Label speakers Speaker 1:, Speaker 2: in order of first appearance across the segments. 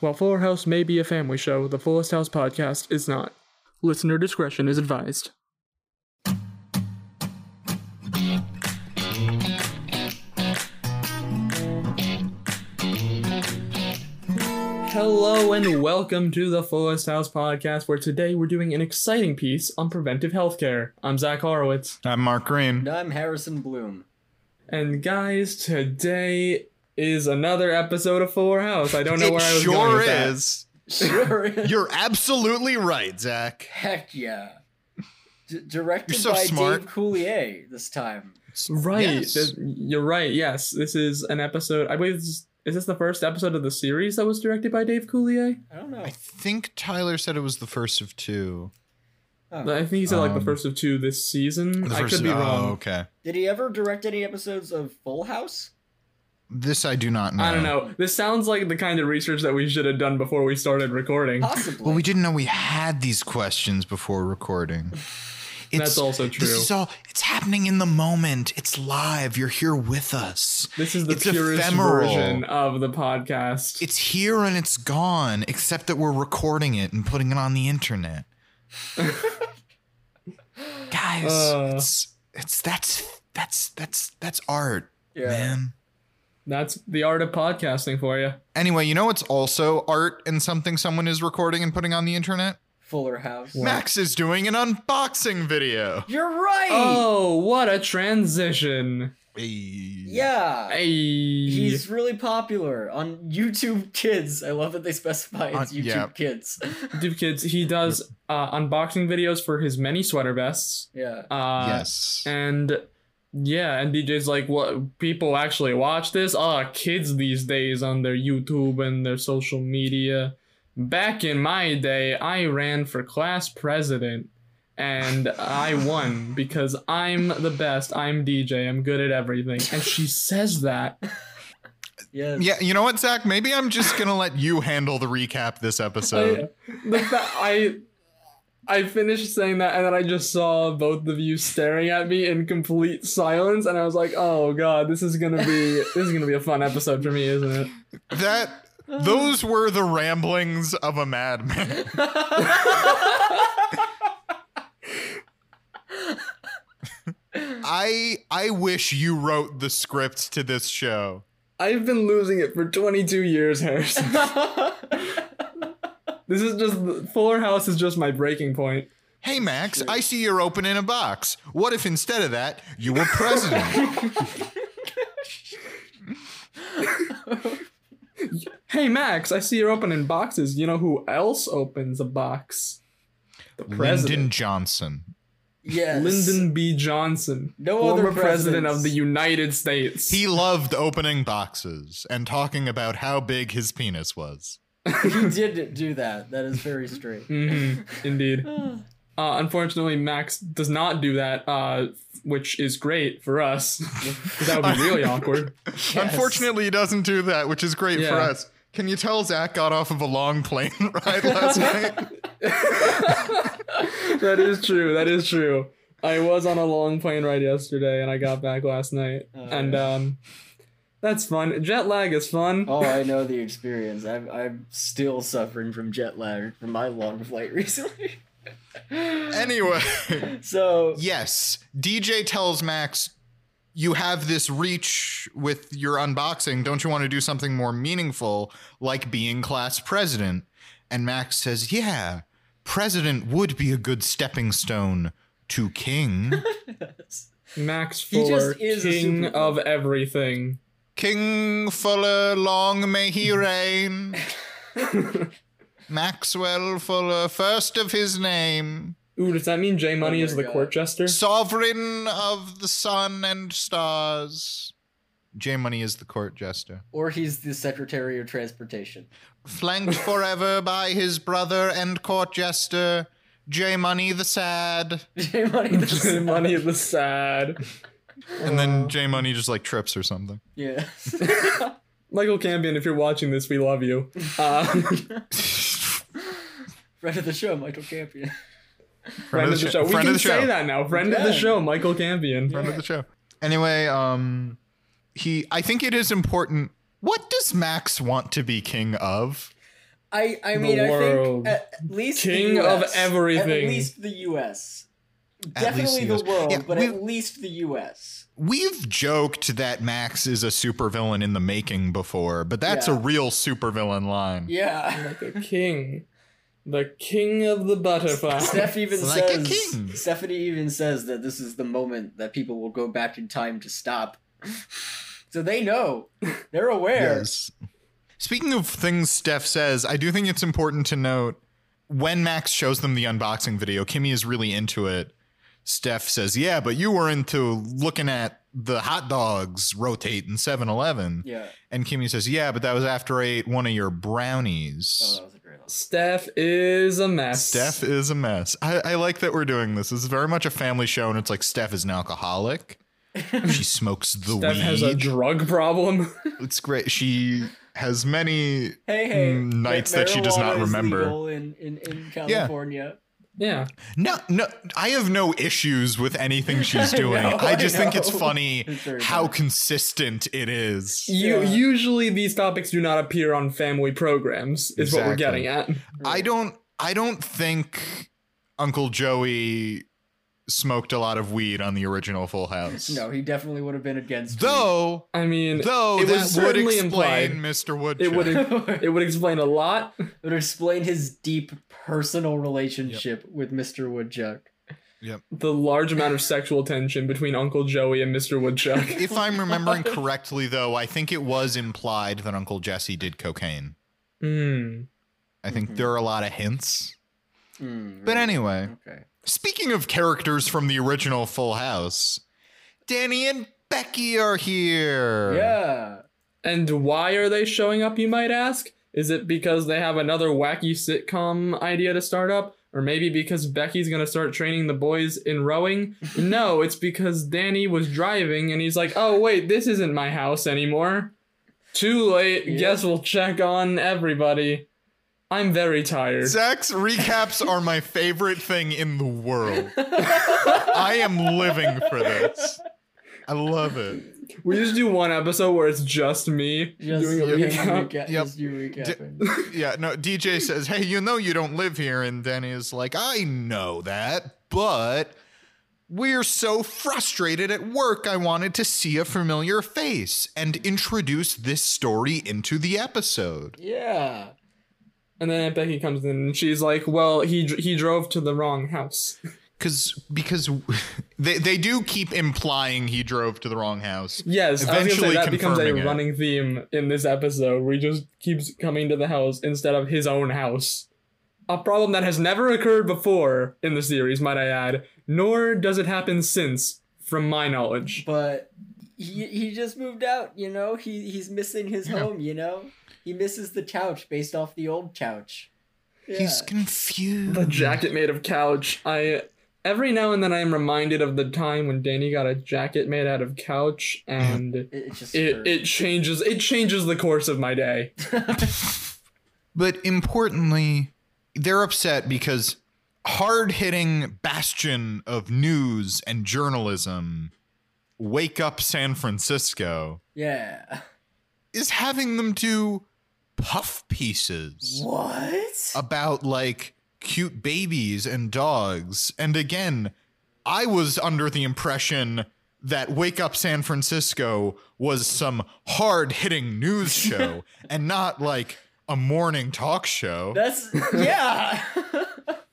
Speaker 1: While Fuller House may be a family show, the Fullest House podcast is not. Listener discretion is advised. Hello and welcome to the Fullest House podcast, where today we're doing an exciting piece on preventive healthcare. I'm Zach Horowitz.
Speaker 2: I'm Mark Green.
Speaker 3: I'm Harrison Bloom.
Speaker 1: And guys, today is another episode of Fuller House. I don't know
Speaker 2: it
Speaker 1: where I was
Speaker 2: sure
Speaker 1: going with that.
Speaker 2: is.
Speaker 3: Sure. is.
Speaker 2: You're absolutely right, Zach.
Speaker 3: Heck yeah. D- directed
Speaker 2: You're so
Speaker 3: by
Speaker 2: smart.
Speaker 3: Dave Coulier this time.
Speaker 1: Right.
Speaker 2: Yes.
Speaker 1: Th- You're right. Yes. This is an episode. I believe this is, is this the first episode of the series that was directed by Dave Coulier?
Speaker 3: I don't know.
Speaker 2: I think Tyler said it was the first of two.
Speaker 1: I
Speaker 3: Oh.
Speaker 1: think he said like the
Speaker 2: Um,
Speaker 1: first of two this season.
Speaker 2: The
Speaker 1: I
Speaker 2: first
Speaker 1: could be
Speaker 2: oh,
Speaker 1: wrong.
Speaker 2: okay.
Speaker 3: Did he ever direct any episodes of Full House?
Speaker 2: This I do not know.
Speaker 1: I don't know. This sounds like the kind of research that we should have done before we started recording.
Speaker 2: Uh,
Speaker 3: Possibly.
Speaker 2: Well, we didn't know we had these questions before recording. It's,
Speaker 1: That's also true.
Speaker 2: This is all. It's happening in the moment. It's live. You're here with us.
Speaker 1: This is the
Speaker 2: It's
Speaker 1: purest
Speaker 2: ephemeral.
Speaker 1: version of the podcast.
Speaker 2: It's here and it's gone, except that we're recording it and putting it on the internet. Guys,
Speaker 1: Uh.
Speaker 2: it's it's that's that's that's that's art,
Speaker 3: yeah.
Speaker 2: man.
Speaker 1: That's the art of podcasting for you.
Speaker 2: Anyway, you know what's also art and something someone is recording and putting on the internet?
Speaker 3: Fuller House.
Speaker 2: Max is doing an unboxing video.
Speaker 3: You're right.
Speaker 1: Oh, what a transition.
Speaker 2: Yeah.
Speaker 3: Yeah.
Speaker 1: Hey.
Speaker 3: He's really popular on YouTube Kids. I love that they specify it's
Speaker 2: On-
Speaker 3: YouTube
Speaker 2: yeah.
Speaker 3: Kids.
Speaker 1: Dude, kids, he does uh, unboxing videos for his many sweater vests.
Speaker 3: yeah.
Speaker 1: Uh,
Speaker 2: yes.
Speaker 1: And yeah, and DJ's like, what people actually watch this? Ah, kids these days on their YouTube and their social media. Back in my day, I ran for class president and I won because I'm the best. I'm DJ. I'm good at everything. And she says that.
Speaker 3: Yes.
Speaker 2: Yeah, you know what, Zach? Maybe I'm just gonna let you handle the recap this episode.
Speaker 1: I, the fa- I I finished saying that and then I just saw both of you staring at me in complete silence and I was like, "Oh god, this is going to be this is going to be a fun episode for me, isn't it?"
Speaker 2: that those were the ramblings of a madman. I I wish you wrote the script to this show.
Speaker 1: I've been losing it for 22 years, Harrison. This is just Fuller House is just my breaking point.
Speaker 2: Hey Max, I see you're opening a box. What if instead of that you were president?
Speaker 1: Hey Max, I see you're opening boxes. You know who else opens a box? The
Speaker 2: Lyndon
Speaker 1: president.
Speaker 2: Johnson.
Speaker 3: yes.
Speaker 1: Lyndon B. Johnson,
Speaker 3: No
Speaker 1: former
Speaker 3: other
Speaker 1: president
Speaker 3: presidents.
Speaker 1: of the United States.
Speaker 2: He loved opening boxes and talking about how big his penis was.
Speaker 3: he did do that. That is very straight.
Speaker 1: hmm Indeed.
Speaker 3: Ah.
Speaker 1: Uh, unfortunately, Max does not do that, uh, which is great for us. 'Cause that would be really awkward.
Speaker 3: Yes.
Speaker 2: Unfortunately, he doesn't do that, which is great for
Speaker 1: Yeah.
Speaker 2: us. Can you tell Zach got off of a long plane ride last night?
Speaker 1: That is true. That is true. I was on a long plane ride yesterday, and I got back last night,
Speaker 3: Oh,
Speaker 1: and
Speaker 3: yeah.
Speaker 1: um, that's fun. Jet lag is fun.
Speaker 3: Oh, I know the experience. I'm, I'm still suffering from jet lag from my long flight recently.
Speaker 2: Anyway,
Speaker 3: so,
Speaker 2: yes, DJ tells Max, you have this reach with your unboxing. Don't you want to do something more meaningful, like being class president? And Max says, yeah, president would be a good stepping stone to king.
Speaker 1: Max
Speaker 3: He just
Speaker 1: Fuller,
Speaker 3: is a
Speaker 1: king
Speaker 3: super-
Speaker 1: of everything.
Speaker 2: King Fuller, long may he reign. Maxwell Fuller, first of his name,
Speaker 1: Ooh, does that mean J Money
Speaker 3: Oh my
Speaker 1: is the
Speaker 3: God.
Speaker 1: court jester?
Speaker 2: sovereign of the sun and stars. J Money is the court jester.
Speaker 3: or he's the Secretary of Transportation.
Speaker 2: Flanked forever by his brother and court jester, J Money the sad.
Speaker 3: J Money. the
Speaker 1: J
Speaker 3: Sun.
Speaker 1: Money is the sad.
Speaker 2: And then J Money just like trips or something.
Speaker 3: Yeah.
Speaker 1: Michael Campion, if you're watching this, we love you. Uh,
Speaker 3: Friend of the show, Michael Campion.
Speaker 1: friend of the show. We
Speaker 2: Friend
Speaker 1: can
Speaker 2: of the show.
Speaker 1: say that now. Friend of the
Speaker 3: can.
Speaker 1: show, Michael Campion.
Speaker 2: friend of the show. Anyway, um, he. I think it is important. What does Max want to be king of?
Speaker 4: I I
Speaker 1: The
Speaker 4: mean I think
Speaker 1: world.
Speaker 4: at at least the
Speaker 1: King of
Speaker 4: US, At
Speaker 1: everything.
Speaker 4: least the U.S.
Speaker 2: At least
Speaker 4: Definitely
Speaker 2: the
Speaker 4: the, world,
Speaker 2: Yeah,
Speaker 4: but
Speaker 2: we-
Speaker 4: at least the U.S.
Speaker 2: We've joked that Max is a supervillain in the making before, but that's a
Speaker 4: Yeah.
Speaker 2: real supervillain line.
Speaker 4: Yeah.
Speaker 1: like a king, the king of the butterflies.
Speaker 4: Steph even
Speaker 2: Like a
Speaker 4: says.
Speaker 2: king.
Speaker 4: Stephanie even says that this is the moment that people will go back in time to stop. so they know. They're aware.
Speaker 2: Yes. Speaking of things Steph says, I do think it's important to note when Max shows them the unboxing video, Kimmy is really into it. Steph says, Yeah, but you were into looking at the hot dogs rotate in 7 Eleven.
Speaker 4: Yeah.
Speaker 2: And Kimmy says, Yeah, but that was after I ate one of your
Speaker 4: Oh,
Speaker 2: brownies.
Speaker 4: that was a great
Speaker 1: Mm,
Speaker 4: one.
Speaker 1: Steph is a mess.
Speaker 2: Steph is a mess. I, I like that we're doing this. This is very much a family show, and it's like Steph is an alcoholic. she smokes the
Speaker 1: Steph
Speaker 2: weed.
Speaker 1: has a drug problem.
Speaker 2: it's great. She has many
Speaker 4: Hey, hey.
Speaker 2: Mm, nights that she does not
Speaker 4: marijuana is
Speaker 2: remember.
Speaker 4: legal in, in, in California.
Speaker 1: yeah.
Speaker 2: No, no, I have no issues with anything she's
Speaker 4: I
Speaker 2: doing. I,
Speaker 4: know, I
Speaker 2: just think it's
Speaker 4: know.
Speaker 2: funny
Speaker 4: It's very
Speaker 2: how
Speaker 4: funny.
Speaker 2: consistent it is.
Speaker 1: You
Speaker 4: Yeah.
Speaker 1: usually these topics do not appear on family programs. Is what we're
Speaker 2: Exactly.
Speaker 1: getting at.
Speaker 2: I don't I don't think Uncle Joey smoked a lot of weed on the original Full House.
Speaker 4: No, he definitely would have been against. me.
Speaker 2: Though
Speaker 1: I mean,
Speaker 2: though
Speaker 1: it was
Speaker 2: that would
Speaker 1: certainly
Speaker 2: explain
Speaker 1: implied.
Speaker 2: Mr. Woodchuck.
Speaker 1: it would it would explain a lot.
Speaker 4: would explain his deep personal relationship with Mr. Woodchuck.
Speaker 1: The large amount of sexual tension between Uncle Joey and Mr. Woodchuck.
Speaker 2: if I'm remembering correctly though, I think it was implied that Uncle Jesse did cocaine.
Speaker 1: Hmm.
Speaker 2: I think
Speaker 4: Mhm.
Speaker 2: there are a lot of hints.
Speaker 4: Mm,
Speaker 2: But
Speaker 4: really?
Speaker 2: anyway,
Speaker 4: Okay.
Speaker 2: Speaking of characters from the original Full House, Danny and Becky are here.
Speaker 4: Yeah.
Speaker 1: And why are they showing up, you might ask? Is it because they have another wacky sitcom idea to start up? Or maybe because Becky's gonna start training the boys in rowing? No, it's because Danny was driving and he's like, oh, wait, this isn't my house anymore. Too late.
Speaker 4: Yeah.
Speaker 1: Guess we'll check on everybody. I'm very tired.
Speaker 2: Zach's recaps are my favorite thing in the world. I am living for this. I love it.
Speaker 1: we just do one episode where it's just me
Speaker 4: Just
Speaker 1: doing a
Speaker 4: you
Speaker 1: recap.
Speaker 4: recap-
Speaker 2: Yep.
Speaker 4: just you recapping.
Speaker 2: Yeah, no, DJ says, Hey, you know you don't live here. And Danny is like, I know that, but we're so frustrated at work. I wanted to see a familiar face and introduce this story into the episode.
Speaker 4: yeah.
Speaker 1: And then Aunt Becky comes in and she's like, well, he, dr- he drove to the wrong house.
Speaker 2: Cause because they they do keep implying he drove to the wrong house.
Speaker 1: Yes, I
Speaker 2: Eventually
Speaker 1: was gonna say that becomes a
Speaker 2: confirming it.
Speaker 1: running theme in this episode. where he just keeps coming to the house instead of his own house. A problem that has never occurred before in the series, might I add, nor does it happen since, from my knowledge.
Speaker 4: But he he just moved out, you know? He he's missing his
Speaker 2: Yeah.
Speaker 4: home, you know? He misses the couch based off the old couch. Yeah.
Speaker 2: He's confused.
Speaker 1: The jacket made of couch. I every now and then I am reminded of the time when Danny got a jacket made out of couch and
Speaker 4: it, it just
Speaker 1: it, it changes it changes the course of my day.
Speaker 2: But importantly, they're upset because hard-hitting bastion of news and journalism, Wake Up San Francisco,
Speaker 4: yeah.
Speaker 2: is having them do puff pieces
Speaker 4: What?
Speaker 2: about like cute babies and dogs. And again, I was under the impression that Wake Up San Francisco was some hard hitting news show and not like a morning talk show.
Speaker 4: That's yeah.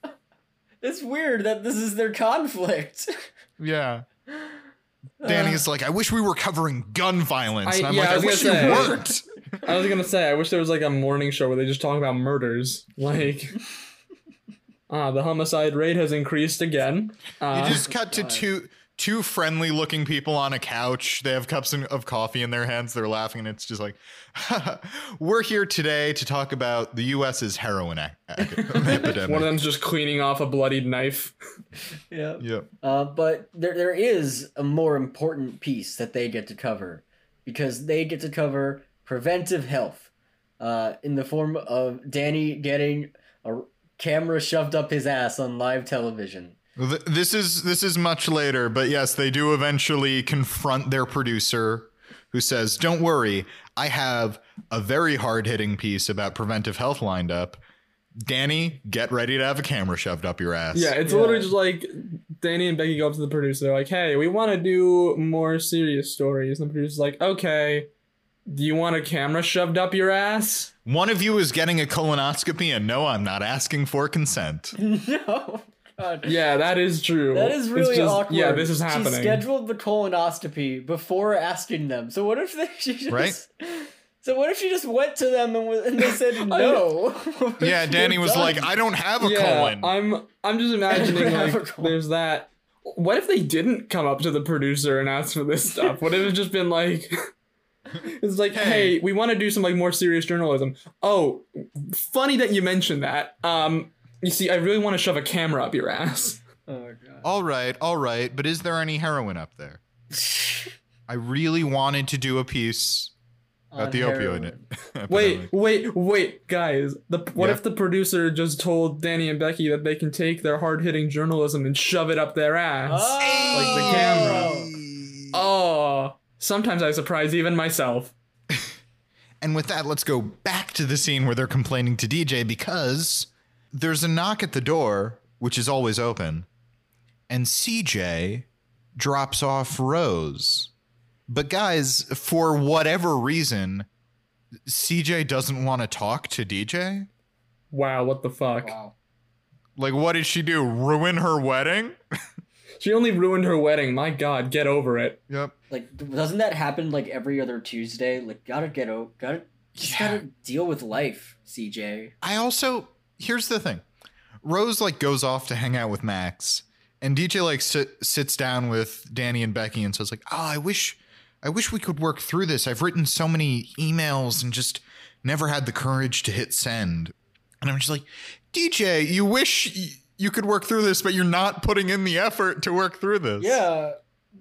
Speaker 4: it's weird that this is their conflict.
Speaker 2: yeah. Danny's like, I wish we were covering gun violence.
Speaker 1: Uh. I-
Speaker 2: and I'm
Speaker 1: yeah,
Speaker 2: like,
Speaker 1: I
Speaker 2: I,
Speaker 1: was
Speaker 2: wish you
Speaker 1: gonna say.
Speaker 2: weren't.
Speaker 1: I was gonna say, I wish there was like a morning show where they just talk about murders. Like, ah, the homicide rate has increased again.
Speaker 2: You
Speaker 1: Uh,
Speaker 2: just cut to two two friendly looking people on a couch. They have cups in- of coffee in their hands. They're laughing, and it's just like, we're here today to talk about the U.S.'s heroin ac- ac- epidemic.
Speaker 1: one of them's just cleaning off a bloodied knife.
Speaker 4: yeah.
Speaker 2: Yep.
Speaker 4: Uh, but there there is a more important piece that they get to cover because they get to cover preventive health uh, in the form of Danny getting a camera shoved up his ass on live television.
Speaker 2: Th- This is this is much later, but yes, they do eventually confront their producer, who says, Don't worry, I have a very hard hitting piece about preventive health lined up. Danny, get ready to have a camera shoved up your ass.
Speaker 1: Yeah, it's
Speaker 4: Yeah.
Speaker 1: literally just like Danny and Becky go up to the producer, they're like, hey, we want to do more serious stories. And the producer's like, okay, do you want a camera shoved up your ass?
Speaker 2: One of you is getting a colonoscopy, and no, I'm not asking for consent.
Speaker 4: no. God.
Speaker 1: Yeah, that is true.
Speaker 4: That is
Speaker 1: It's
Speaker 4: really
Speaker 1: just-
Speaker 4: awkward.
Speaker 1: Yeah, this is happening.
Speaker 4: She scheduled the colonoscopy before asking them. So what if they, she just
Speaker 2: Right?
Speaker 4: So what if she just went to them and, was, and they said no?
Speaker 2: Yeah, Danny was
Speaker 4: Done.
Speaker 2: like, I don't have a
Speaker 1: yeah,
Speaker 2: colon.
Speaker 1: I'm I'm just imagining
Speaker 4: Have a
Speaker 1: like
Speaker 4: colon.
Speaker 1: there's that. What if they didn't come up to the producer and ask for this stuff? What if it's just been like, it's like, hey,
Speaker 2: Hey.
Speaker 1: we want to do some like more serious journalism. Oh, funny that you mentioned that. Um, you see, I really want to shove a camera up your ass.
Speaker 4: Oh god.
Speaker 2: all right, all right, but is there any heroin up there? I really wanted to do a piece about
Speaker 4: On
Speaker 2: the
Speaker 4: heroin.
Speaker 2: opioid. epidemic.
Speaker 1: Wait, wait, wait, guys. The what
Speaker 2: Yeah.
Speaker 1: if the producer just told Danny and Becky that they can take their hard hitting journalism and shove it up their ass?
Speaker 4: Oh.
Speaker 1: Like the Oh, sometimes I surprise even myself.
Speaker 2: And with that, let's go back to the scene where they're complaining to DJ because there's a knock at the door, which is always open, and CJ drops off Rose. But guys, for whatever reason, CJ doesn't want to talk to DJ.
Speaker 1: Wow, what the fuck?
Speaker 4: Wow.
Speaker 2: Like, what did she do? Ruin her wedding?
Speaker 1: She only ruined her wedding. My god, get over it.
Speaker 2: Yep.
Speaker 4: Like doesn't that happen like every other Tuesday? Like gotta get out gotta just
Speaker 2: Yeah.
Speaker 4: gotta deal with life, CJ.
Speaker 2: I also here's the thing. Rose like goes off to hang out with Max, and DJ like sit, sits down with Danny and Becky and says like, "Oh, I wish, I wish we could work through this. I've written so many emails and just never had the courage to hit send." And I'm just like, "DJ, you wish y- you could work through this, but you're not putting in the effort to work through this."
Speaker 4: Yeah.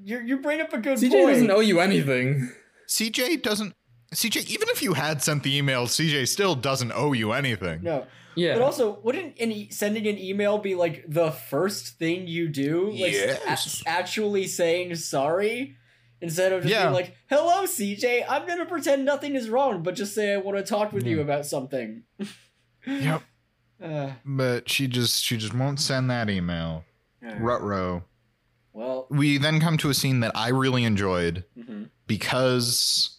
Speaker 4: You you bring up a good
Speaker 1: CJ
Speaker 4: point.
Speaker 1: doesn't owe you anything.
Speaker 2: CJ doesn't. CJ, even if you had sent the email, CJ still doesn't owe you anything.
Speaker 4: no.
Speaker 1: Yeah.
Speaker 4: But also, wouldn't any sending an email be like the first thing you do? Like s-
Speaker 2: Yes.
Speaker 4: a- actually saying sorry instead of just
Speaker 2: Yeah.
Speaker 4: being like, "Hello, CJ. I'm gonna pretend nothing is wrong, but just say I want to talk with you
Speaker 2: Yeah.
Speaker 4: about something."
Speaker 2: Yep.
Speaker 4: Uh,
Speaker 2: But she just she just won't send that email. Rutro.
Speaker 4: well,
Speaker 2: We then come to a scene that I really enjoyed
Speaker 4: mhm.
Speaker 2: because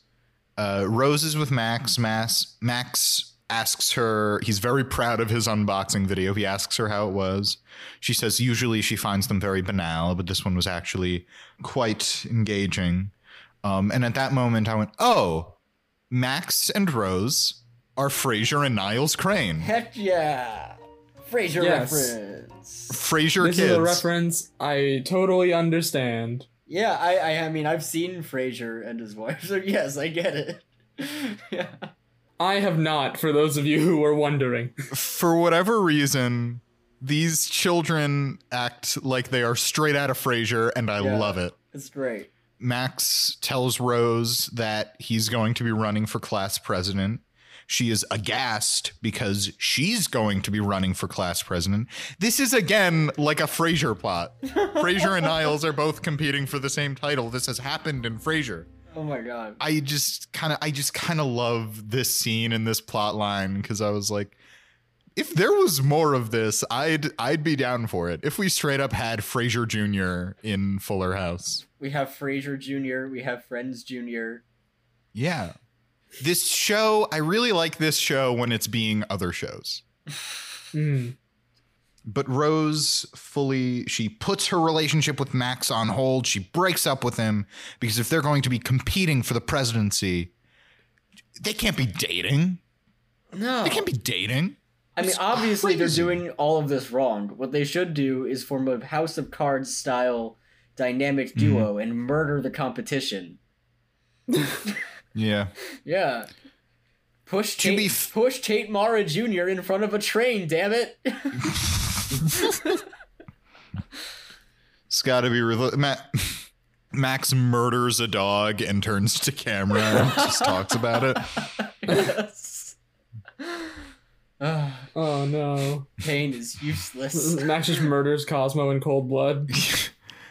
Speaker 2: uh, Rose is with Max. Max Max asks her. He's very proud of his unboxing video. He asks her how it was. She says usually she finds them very banal, but this one was actually quite engaging. Um, and at that moment, I went, "Oh, Max and Rose are Frasier and Niles Crane."
Speaker 4: heck yeah, Frasier
Speaker 1: Yes.
Speaker 4: reference.
Speaker 2: Frasier
Speaker 1: this
Speaker 2: kids.
Speaker 1: is a reference I totally understand.
Speaker 4: Yeah, I, I, I mean, I've seen Frasier and his wife, so yes, I get it. yeah.
Speaker 1: I have not, for those of you who were wondering.
Speaker 2: for whatever reason, these children act like they are straight out of Frasier, and I
Speaker 4: Yeah.
Speaker 2: love it.
Speaker 4: It's great.
Speaker 2: Max tells Rose that he's going to be running for class president. She is aghast because she's going to be running for class president. This is again like a Frasier plot. Frasier and Niles are both competing for the same title. This has happened in Frasier.
Speaker 4: Oh my god.
Speaker 2: I just kind of I just kind of love this scene and this plot line because I was like, if there was more of this, I'd I'd be down for it. If we straight up had Frasier Jr. in Fuller House,
Speaker 4: We have Frasier Jr. We have Friends Jr.
Speaker 2: yeah. This show, I really like this show when it's being other shows.
Speaker 1: Mm.
Speaker 2: But Rose fully she puts her relationship with Max on hold. She breaks up with him because if they're going to be competing for the presidency, they can't be dating.
Speaker 4: No.
Speaker 2: They can't be dating.
Speaker 4: I mean,
Speaker 2: It's crazy.
Speaker 4: obviously they're doing all of this wrong. What they should do is form a House of Cards style
Speaker 2: Mm-hmm.
Speaker 4: dynamic duo and murder the competition.
Speaker 2: Yeah.
Speaker 4: Yeah. Push
Speaker 2: To
Speaker 4: Tate,
Speaker 2: be f-
Speaker 4: push Tate Mara Jr. in front of a train, damn it.
Speaker 2: It's got to be real. Ma- Max murders a dog and turns to camera and just talks about it.
Speaker 4: yes. Ah,
Speaker 1: Oh no.
Speaker 4: pain is useless.
Speaker 1: Max just murders Cosmo in cold blood.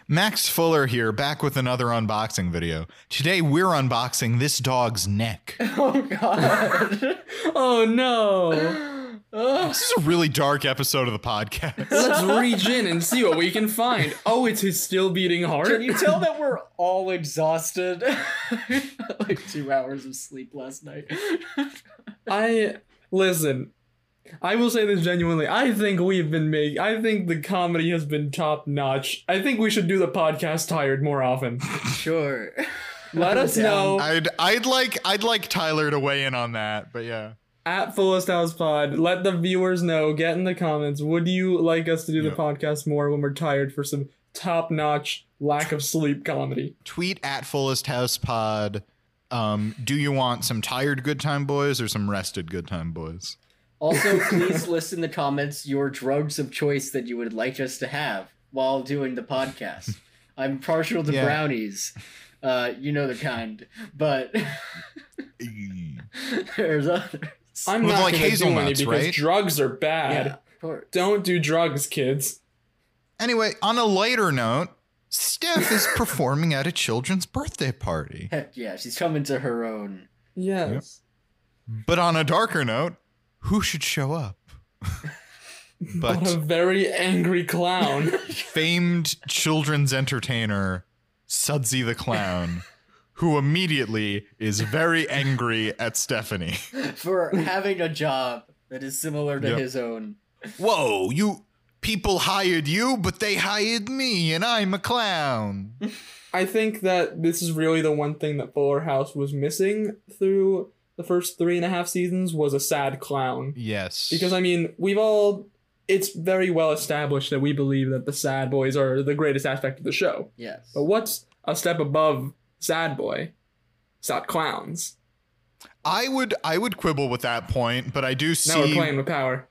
Speaker 2: Max Fuller here, back with another unboxing video. Today we're unboxing this dog's neck.
Speaker 3: Oh god.
Speaker 1: Oh no.
Speaker 3: Ugh.
Speaker 2: This is a really dark episode of the podcast.
Speaker 1: Let's reach in and see what we can find. Oh, it's his still beating heart.
Speaker 3: Can you tell that we're all exhausted? like two hours of sleep last night.
Speaker 1: I listen. I will say this genuinely. I think we've been making. I think the comedy has been top notch. I think we should do the podcast tired more often.
Speaker 3: Sure.
Speaker 1: Let us
Speaker 3: Down.
Speaker 1: know
Speaker 2: I'd I'd like I'd like Tyler to weigh in on that, but yeah.
Speaker 1: at Fullest House Pod. Let the viewers know. Get in the comments. Would you like us to do
Speaker 2: Yeah.
Speaker 1: the podcast more when we're tired for some top notch lack of sleep comedy?
Speaker 2: Tweet at Fullest House Pod. Um, do you want some tired good time boys or some rested good time boys?
Speaker 3: Also, please list in the comments your drugs of choice that you would like us to have while doing the podcast. I'm partial to
Speaker 2: Yeah.
Speaker 3: brownies. Uh, you know the kind, but there's others.
Speaker 1: I'm
Speaker 2: With,
Speaker 1: not
Speaker 2: like,
Speaker 1: gonna do any
Speaker 2: hazelnuts,
Speaker 1: because
Speaker 2: right?
Speaker 1: drugs are bad.
Speaker 3: Yeah, of course.
Speaker 1: Don't do drugs, kids.
Speaker 2: Anyway, on a lighter note, Steph is performing at a children's birthday party.
Speaker 3: Heck yeah, she's coming to her own.
Speaker 1: Yes.
Speaker 2: But on a darker note, who should show up?
Speaker 1: But a
Speaker 2: but
Speaker 1: very angry clown.
Speaker 2: famed children's entertainer Sudsy the Clown, who immediately is very angry at Stephanie.
Speaker 3: For having a job that is similar to
Speaker 2: Yep.
Speaker 3: his own.
Speaker 2: Whoa, you people hired you, but they hired me, and I'm a clown.
Speaker 1: I think that this is really the one thing that Fuller House was missing through the first three and a half seasons was a sad clown.
Speaker 2: Yes.
Speaker 1: Because I mean, we've all it's very well established that we believe that the sad boys are the greatest aspect of the show.
Speaker 3: Yes.
Speaker 1: But what's a step above sad boy? Sad clowns.
Speaker 2: I would I would quibble with that point, but I do see
Speaker 1: Now we're playing with power.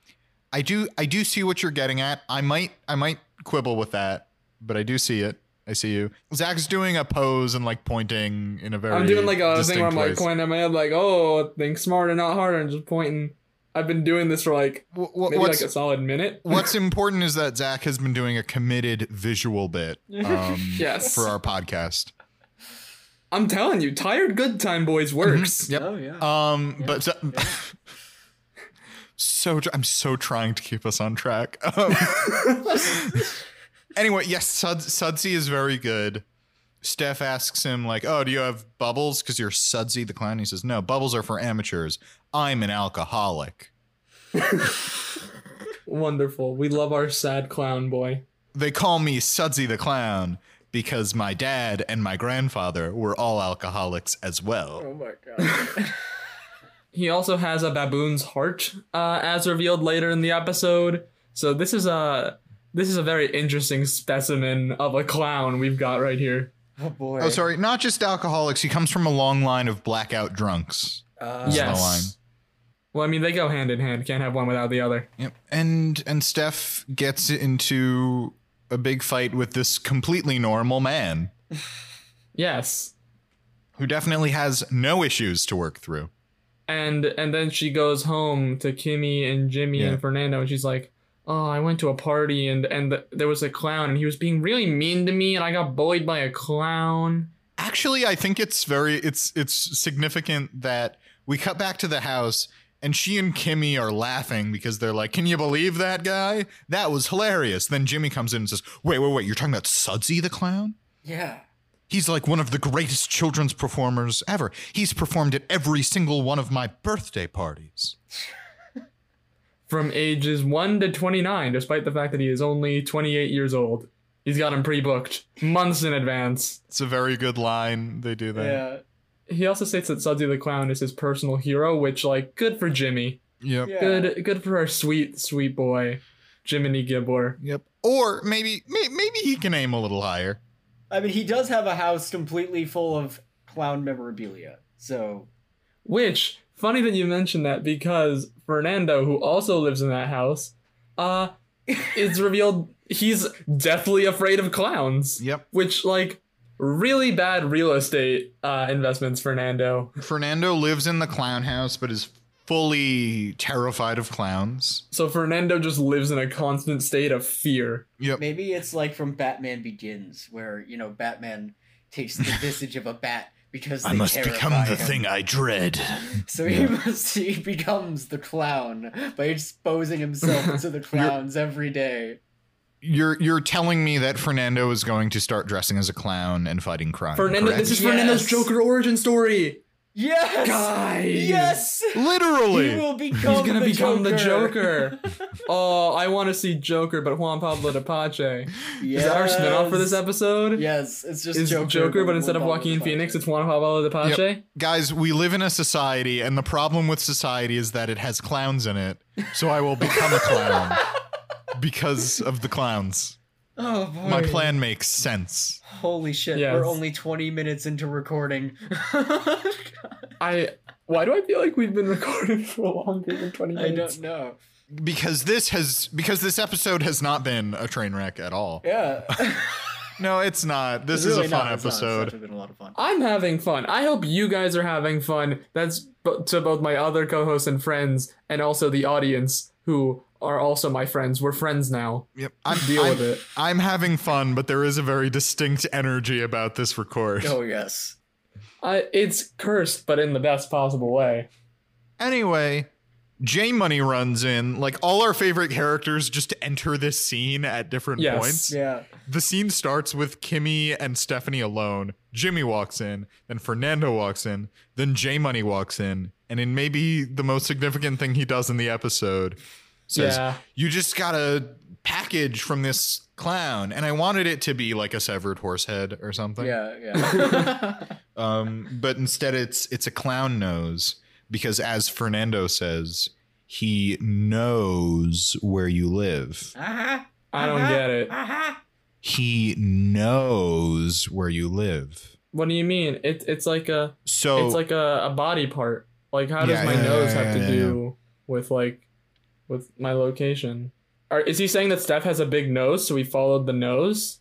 Speaker 2: I do I do see what you're getting at. I might I might quibble with that, but I do see it. I see you. Zach's doing a pose and like pointing in a very.
Speaker 1: I'm doing like a thing
Speaker 2: distinct
Speaker 1: where I'm like
Speaker 2: place.
Speaker 1: pointing at my head like, oh, think smarter, not harder, and just pointing. I've been doing this for like
Speaker 2: Wh- wh-
Speaker 1: maybe
Speaker 2: what's
Speaker 1: like a solid minute.
Speaker 2: What's important is that Zach has been doing a committed visual bit um,
Speaker 1: Yes.
Speaker 2: for our podcast.
Speaker 1: I'm telling you, tired good time boys works.
Speaker 2: Yep.
Speaker 3: Oh yeah.
Speaker 2: Um,
Speaker 3: Yeah.
Speaker 2: but so,
Speaker 3: Yeah.
Speaker 2: so tr- I'm so trying to keep us on track. Um, anyway, yes, Sud- Sudsy is very good. Steph asks him like, "Oh, do you have bubbles? Because you're Sudsy the clown." He says, "No, bubbles are for amateurs. I'm an alcoholic."
Speaker 1: Wonderful. We love our sad clown boy.
Speaker 2: They call me Sudsy the clown because my dad and my grandfather were all alcoholics as well.
Speaker 3: oh my god.
Speaker 1: He also has a baboon's heart, uh, as revealed later in the episode. So this is a this is a very interesting specimen of a clown we've got right here.
Speaker 3: oh boy.
Speaker 2: Oh, sorry. Not just alcoholics. He comes from a long line of blackout drunks.
Speaker 3: Uh,
Speaker 2: Yeah. the line.
Speaker 1: yes. Well, I mean, they go hand in hand. Can't have one without the other.
Speaker 2: Yep. And and Steph gets into a big fight with this completely normal man
Speaker 1: Yes.
Speaker 2: who definitely has no issues to work through.
Speaker 1: And and then she goes home to Kimmy and Jimmy
Speaker 2: Yeah.
Speaker 1: and Fernando, and she's like, "Oh, I went to a party and and th there was a clown, and he was being really mean to me, and I got bullied by a clown."
Speaker 2: Actually, I think it's very it's it's significant that we cut back to the house and she and Kimmy are laughing because they're like, "Can you believe that guy? That was hilarious." Then Jimmy comes in and says, "Wait, wait, wait! You're talking about Sudsy the clown?"
Speaker 3: Yeah.
Speaker 2: He's like one of the greatest children's performers ever. He's performed at every single one of my birthday parties.
Speaker 1: from ages 1 to 29, despite the fact that he is only 28 years old. He's got him pre booked months in advance.
Speaker 2: It's a very good line. They do that.
Speaker 3: Yeah.
Speaker 1: He also states that Sudsy the Clown is his personal hero, which, like, good for Jimmy.
Speaker 2: Yep.
Speaker 3: Yeah.
Speaker 1: Good good for our sweet, sweet boy, Jiminy Gibbler.
Speaker 2: Yep. Or maybe may, maybe he can aim a little higher.
Speaker 3: I mean, he does have a house completely full of clown memorabilia. So
Speaker 1: Which, funny that you mentioned that because Fernando, who also lives in that house, uh, it's revealed he's deathly afraid of clowns.
Speaker 2: Yep.
Speaker 1: Which, like, really bad real estate uh, investments, Fernando.
Speaker 2: Fernando lives in the clown house but is fully terrified of clowns.
Speaker 1: So Fernando just lives in a constant state of fear.
Speaker 2: Yep.
Speaker 3: Maybe it's like from Batman Begins, where you know Batman takes the visage of a bat because they terrify him.
Speaker 2: I dread.
Speaker 3: So he must he becomes the clown by exposing himself to the clowns every day.
Speaker 2: You're you're telling me that Fernando is going to start dressing as a clown and fighting crime.
Speaker 1: Fernando,
Speaker 2: correct?
Speaker 1: this is Fernando's
Speaker 3: Yes.
Speaker 1: Joker origin story,
Speaker 3: Yes,
Speaker 1: guys.
Speaker 3: yes, he
Speaker 2: literally.
Speaker 3: will become.
Speaker 1: He's gonna
Speaker 3: the
Speaker 1: become
Speaker 3: Joker.
Speaker 1: the Joker. oh, I want to see Joker, but Juan Pablo de Pache.
Speaker 3: Yes.
Speaker 1: Is that our spinoff for this episode?
Speaker 3: Yes, it's just
Speaker 1: Is
Speaker 3: Joker,
Speaker 1: Joker, but instead of
Speaker 3: Wolf
Speaker 1: Joaquin
Speaker 3: Hall is
Speaker 1: Phoenix,
Speaker 3: Joker.
Speaker 1: it's Juan Pablo de Pache.
Speaker 2: Guys, we live in a society, and the problem with society is that it has clowns in it. So I will become a clown because of the clowns.
Speaker 3: oh boy.
Speaker 2: My plan makes sense.
Speaker 3: Holy shit!
Speaker 1: Yes.
Speaker 3: We're only twenty minutes into recording.
Speaker 1: I. Why do I feel like we've been recording for a longer than twenty
Speaker 3: I
Speaker 1: minutes?
Speaker 3: don't know.
Speaker 2: Because this has because this episode has not been a train wreck at all.
Speaker 3: Yeah,
Speaker 2: No, it's not. This
Speaker 3: It's
Speaker 2: is
Speaker 3: really
Speaker 2: a fun
Speaker 3: not. It's not. It's
Speaker 2: episode.
Speaker 3: actually been a lot of fun.
Speaker 1: I'm having fun. I hope you guys are having fun. That's bo- to both my other co-hosts and friends, and also the audience who are also my friends. We're friends now.
Speaker 2: Yep. I'm,
Speaker 1: Deal
Speaker 2: I'm-
Speaker 1: with it.
Speaker 2: I'm having fun, but there is a very distinct energy about this record.
Speaker 3: Oh yes.
Speaker 1: I, it's cursed, but in the best possible way.
Speaker 2: Anyway, J Money runs in. Like all our favorite characters just enter this scene at different
Speaker 1: Yes.
Speaker 2: points.
Speaker 3: Yeah.
Speaker 2: The scene starts with Kimmy and Stephanie alone. Jimmy walks in, then Fernando walks in, then J Money walks in, and in maybe the most significant thing he does in the episode says,
Speaker 1: Yeah.
Speaker 2: You just got a package from this clown. And I wanted it to be like a severed horse head or something.
Speaker 3: Yeah. Yeah.
Speaker 2: Um, but instead, it's it's a clown nose because, as Fernando says, he knows where you live.
Speaker 3: uh-huh.
Speaker 1: I don't get it.
Speaker 3: Uh-huh.
Speaker 2: He knows where you live.
Speaker 1: What do you mean? It, it's like a
Speaker 2: So
Speaker 1: it's like a, a body part. Like how does
Speaker 2: Oh. Yeah,
Speaker 1: my
Speaker 2: yeah,
Speaker 1: nose
Speaker 2: yeah,
Speaker 1: have to
Speaker 2: yeah,
Speaker 1: do with like with my location? Or is he saying that Steph has a big nose, so we followed the nose?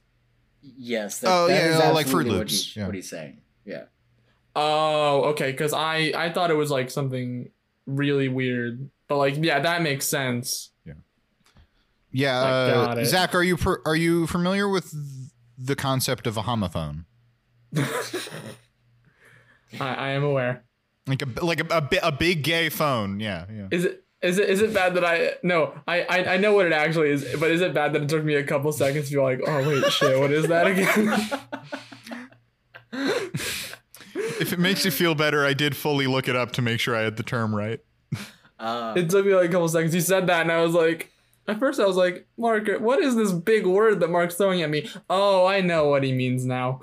Speaker 3: Yes. That,
Speaker 2: Oh,
Speaker 3: that
Speaker 2: yeah,
Speaker 3: is
Speaker 2: yeah, like
Speaker 3: absolutely what,
Speaker 2: Froot
Speaker 3: he-
Speaker 2: Loops, yeah.
Speaker 3: what he's saying. Yeah.
Speaker 1: Oh, okay. Because I I thought it was like something really weird, but like yeah, that makes sense.
Speaker 2: yeah,
Speaker 1: I
Speaker 2: uh,
Speaker 1: got it.
Speaker 2: Zach, are you per, are you familiar with th- the concept of a homophone?
Speaker 1: I I am aware.
Speaker 2: Like a b- like a, a, bi- a big gay phone? Yeah, yeah.
Speaker 1: Is it? Is it, is it bad that I no I, I I know what it actually is but is it bad that it took me a couple seconds to be like oh wait shit what is that again
Speaker 2: if it makes you feel better, I did fully look it up to make sure I had the term right.
Speaker 3: Uh,
Speaker 1: it took me like a couple seconds he said that and I was like at first I was like Mark what is this big word that Mark's throwing at me oh I know what he means now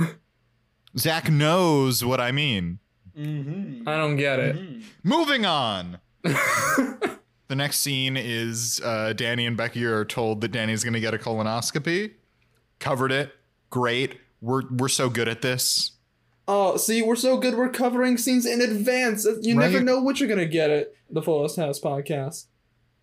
Speaker 2: Zach knows what I mean.
Speaker 3: mm-hmm.
Speaker 1: I don't get it
Speaker 3: Mhm.
Speaker 2: Moving on. the next scene is uh, Danny and Becky are told that Danny's going to get a colonoscopy. Covered it. Great. We're we're so good at this.
Speaker 1: Oh, see, we're so good. We're covering scenes in advance. Uh, You
Speaker 2: Right.
Speaker 1: never know what you're gonna get at the Fullest House podcast.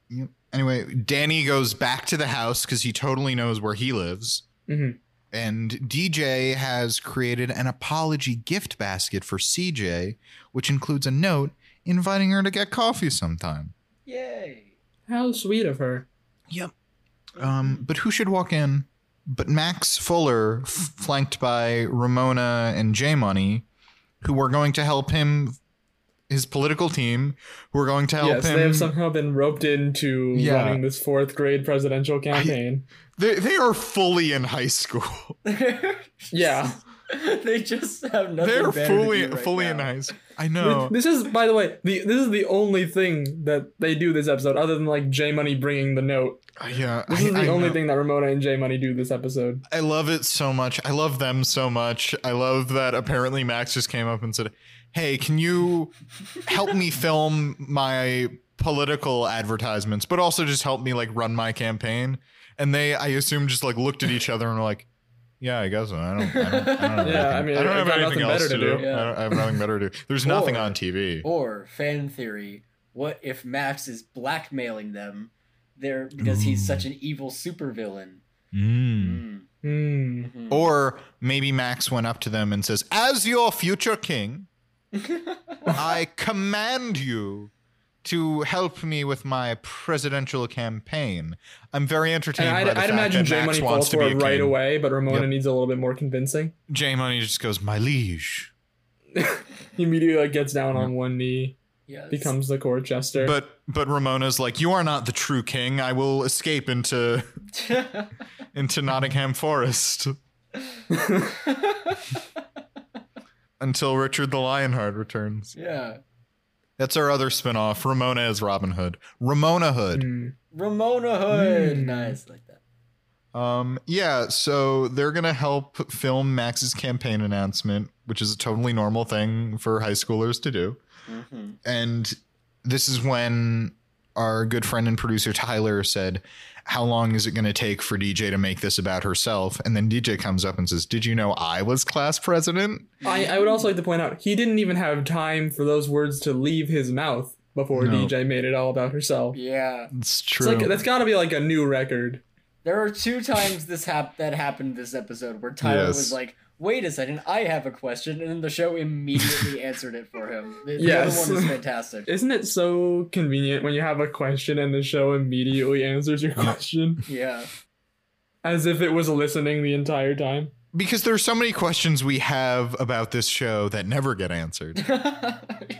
Speaker 2: Yep. Anyway, Danny goes back to the house because he totally knows where he lives.
Speaker 1: Mhm.
Speaker 2: And DJ has created an apology gift basket for CJ, which includes a note inviting her to get coffee sometime.
Speaker 3: Yay.
Speaker 1: How sweet of her.
Speaker 2: Yep. Um, but who should walk in? But Max Fuller, f- flanked by Ramona and J Money, who were going to help him, his political team, who were going to help
Speaker 1: yes,
Speaker 2: him.
Speaker 1: they have somehow been roped into
Speaker 2: Yeah.
Speaker 1: running this fourth grade presidential campaign.
Speaker 2: they, they are fully in high school.
Speaker 1: yeah,
Speaker 3: they just have nothing.
Speaker 2: They're
Speaker 3: better
Speaker 2: fully
Speaker 3: to do right
Speaker 2: fully
Speaker 3: now.
Speaker 2: in high school. I know.
Speaker 1: this is, by the way, the this is the only thing that they do this episode, other than like J Money bringing the note.
Speaker 2: yeah,
Speaker 1: This
Speaker 2: I,
Speaker 1: is the
Speaker 2: I
Speaker 1: only
Speaker 2: know.
Speaker 1: thing that Ramona and J Money do this episode.
Speaker 2: I love it so much. I love them so much. I love that apparently Max just came up and said, Hey, can you help me film my political advertisements, but also just help me like run my campaign? And they, I assume, just like looked at each other and were like, Yeah, I guess so. I don't, I don't, I don't have,
Speaker 1: Yeah, I
Speaker 2: anything-
Speaker 1: mean,
Speaker 2: I don't
Speaker 1: I
Speaker 2: have
Speaker 1: got
Speaker 2: anything
Speaker 1: nothing
Speaker 2: else
Speaker 1: better
Speaker 2: to
Speaker 1: to
Speaker 2: do.
Speaker 1: do.
Speaker 3: Yeah.
Speaker 2: I, don't, I have nothing better to do. There's nothing
Speaker 3: Or-
Speaker 2: on TV.
Speaker 3: Or fan theory: What if Max is blackmailing them? There because he's
Speaker 2: Ooh.
Speaker 3: such an evil supervillain.
Speaker 2: Mm.
Speaker 3: Mm.
Speaker 1: Hmm.
Speaker 3: mhm.
Speaker 2: Or maybe Max went up to them and says, Oh. As your future king, I command you to help me with my presidential campaign. I'm very entertained.
Speaker 1: And I'd,
Speaker 2: by the
Speaker 1: I'd
Speaker 2: fact
Speaker 1: imagine
Speaker 2: that
Speaker 1: J
Speaker 2: Max
Speaker 1: Money
Speaker 2: wants
Speaker 1: falls
Speaker 2: to
Speaker 1: for
Speaker 2: be
Speaker 1: it
Speaker 2: a
Speaker 1: right
Speaker 2: king.
Speaker 1: away, but Ramona
Speaker 2: Yep.
Speaker 1: needs a little bit more convincing.
Speaker 2: J Money just goes, "My liege."
Speaker 1: He immediately like, gets down on one knee,
Speaker 4: Yeah, it's-
Speaker 1: becomes the court jester.
Speaker 2: But but Ramona's like, "You are not the true king. I will escape into into Nottingham Forest." Until Richard the Lionheart returns.
Speaker 4: yeah.
Speaker 2: That's our other spin-off, Ramona as Robin Hood. Ramona Hood.
Speaker 1: Hmm.
Speaker 4: Ramona Hood.
Speaker 1: Mm.
Speaker 4: Nice, like that.
Speaker 2: Um, yeah, so they're gonna help film Max's campaign announcement, which is a totally normal thing for high schoolers to do.
Speaker 3: Mhm.
Speaker 2: And this is when our good friend and producer Tyler said, How long is it gonna take for DJ to make this about herself? And then DJ comes up and says, Did you know I was class president?
Speaker 1: I, I would also like to point out he didn't even have time for those words to leave his mouth before
Speaker 2: No.
Speaker 1: DJ made it all about herself.
Speaker 4: Yeah.
Speaker 1: It's
Speaker 2: It's true.
Speaker 1: like that's got to be like a new record.
Speaker 4: There are two times this hap- that happened this episode where Tyler
Speaker 2: Yes.
Speaker 4: was like, "Wait a second, I have a question," and then the show immediately answered it for him. The,
Speaker 1: Yes.
Speaker 4: the other one is fantastic.
Speaker 1: Isn't it so convenient when you have a question and the show immediately answers your question
Speaker 4: yeah.
Speaker 1: as if it was listening the entire time?
Speaker 2: because there's so many questions we have about this show that never get answered.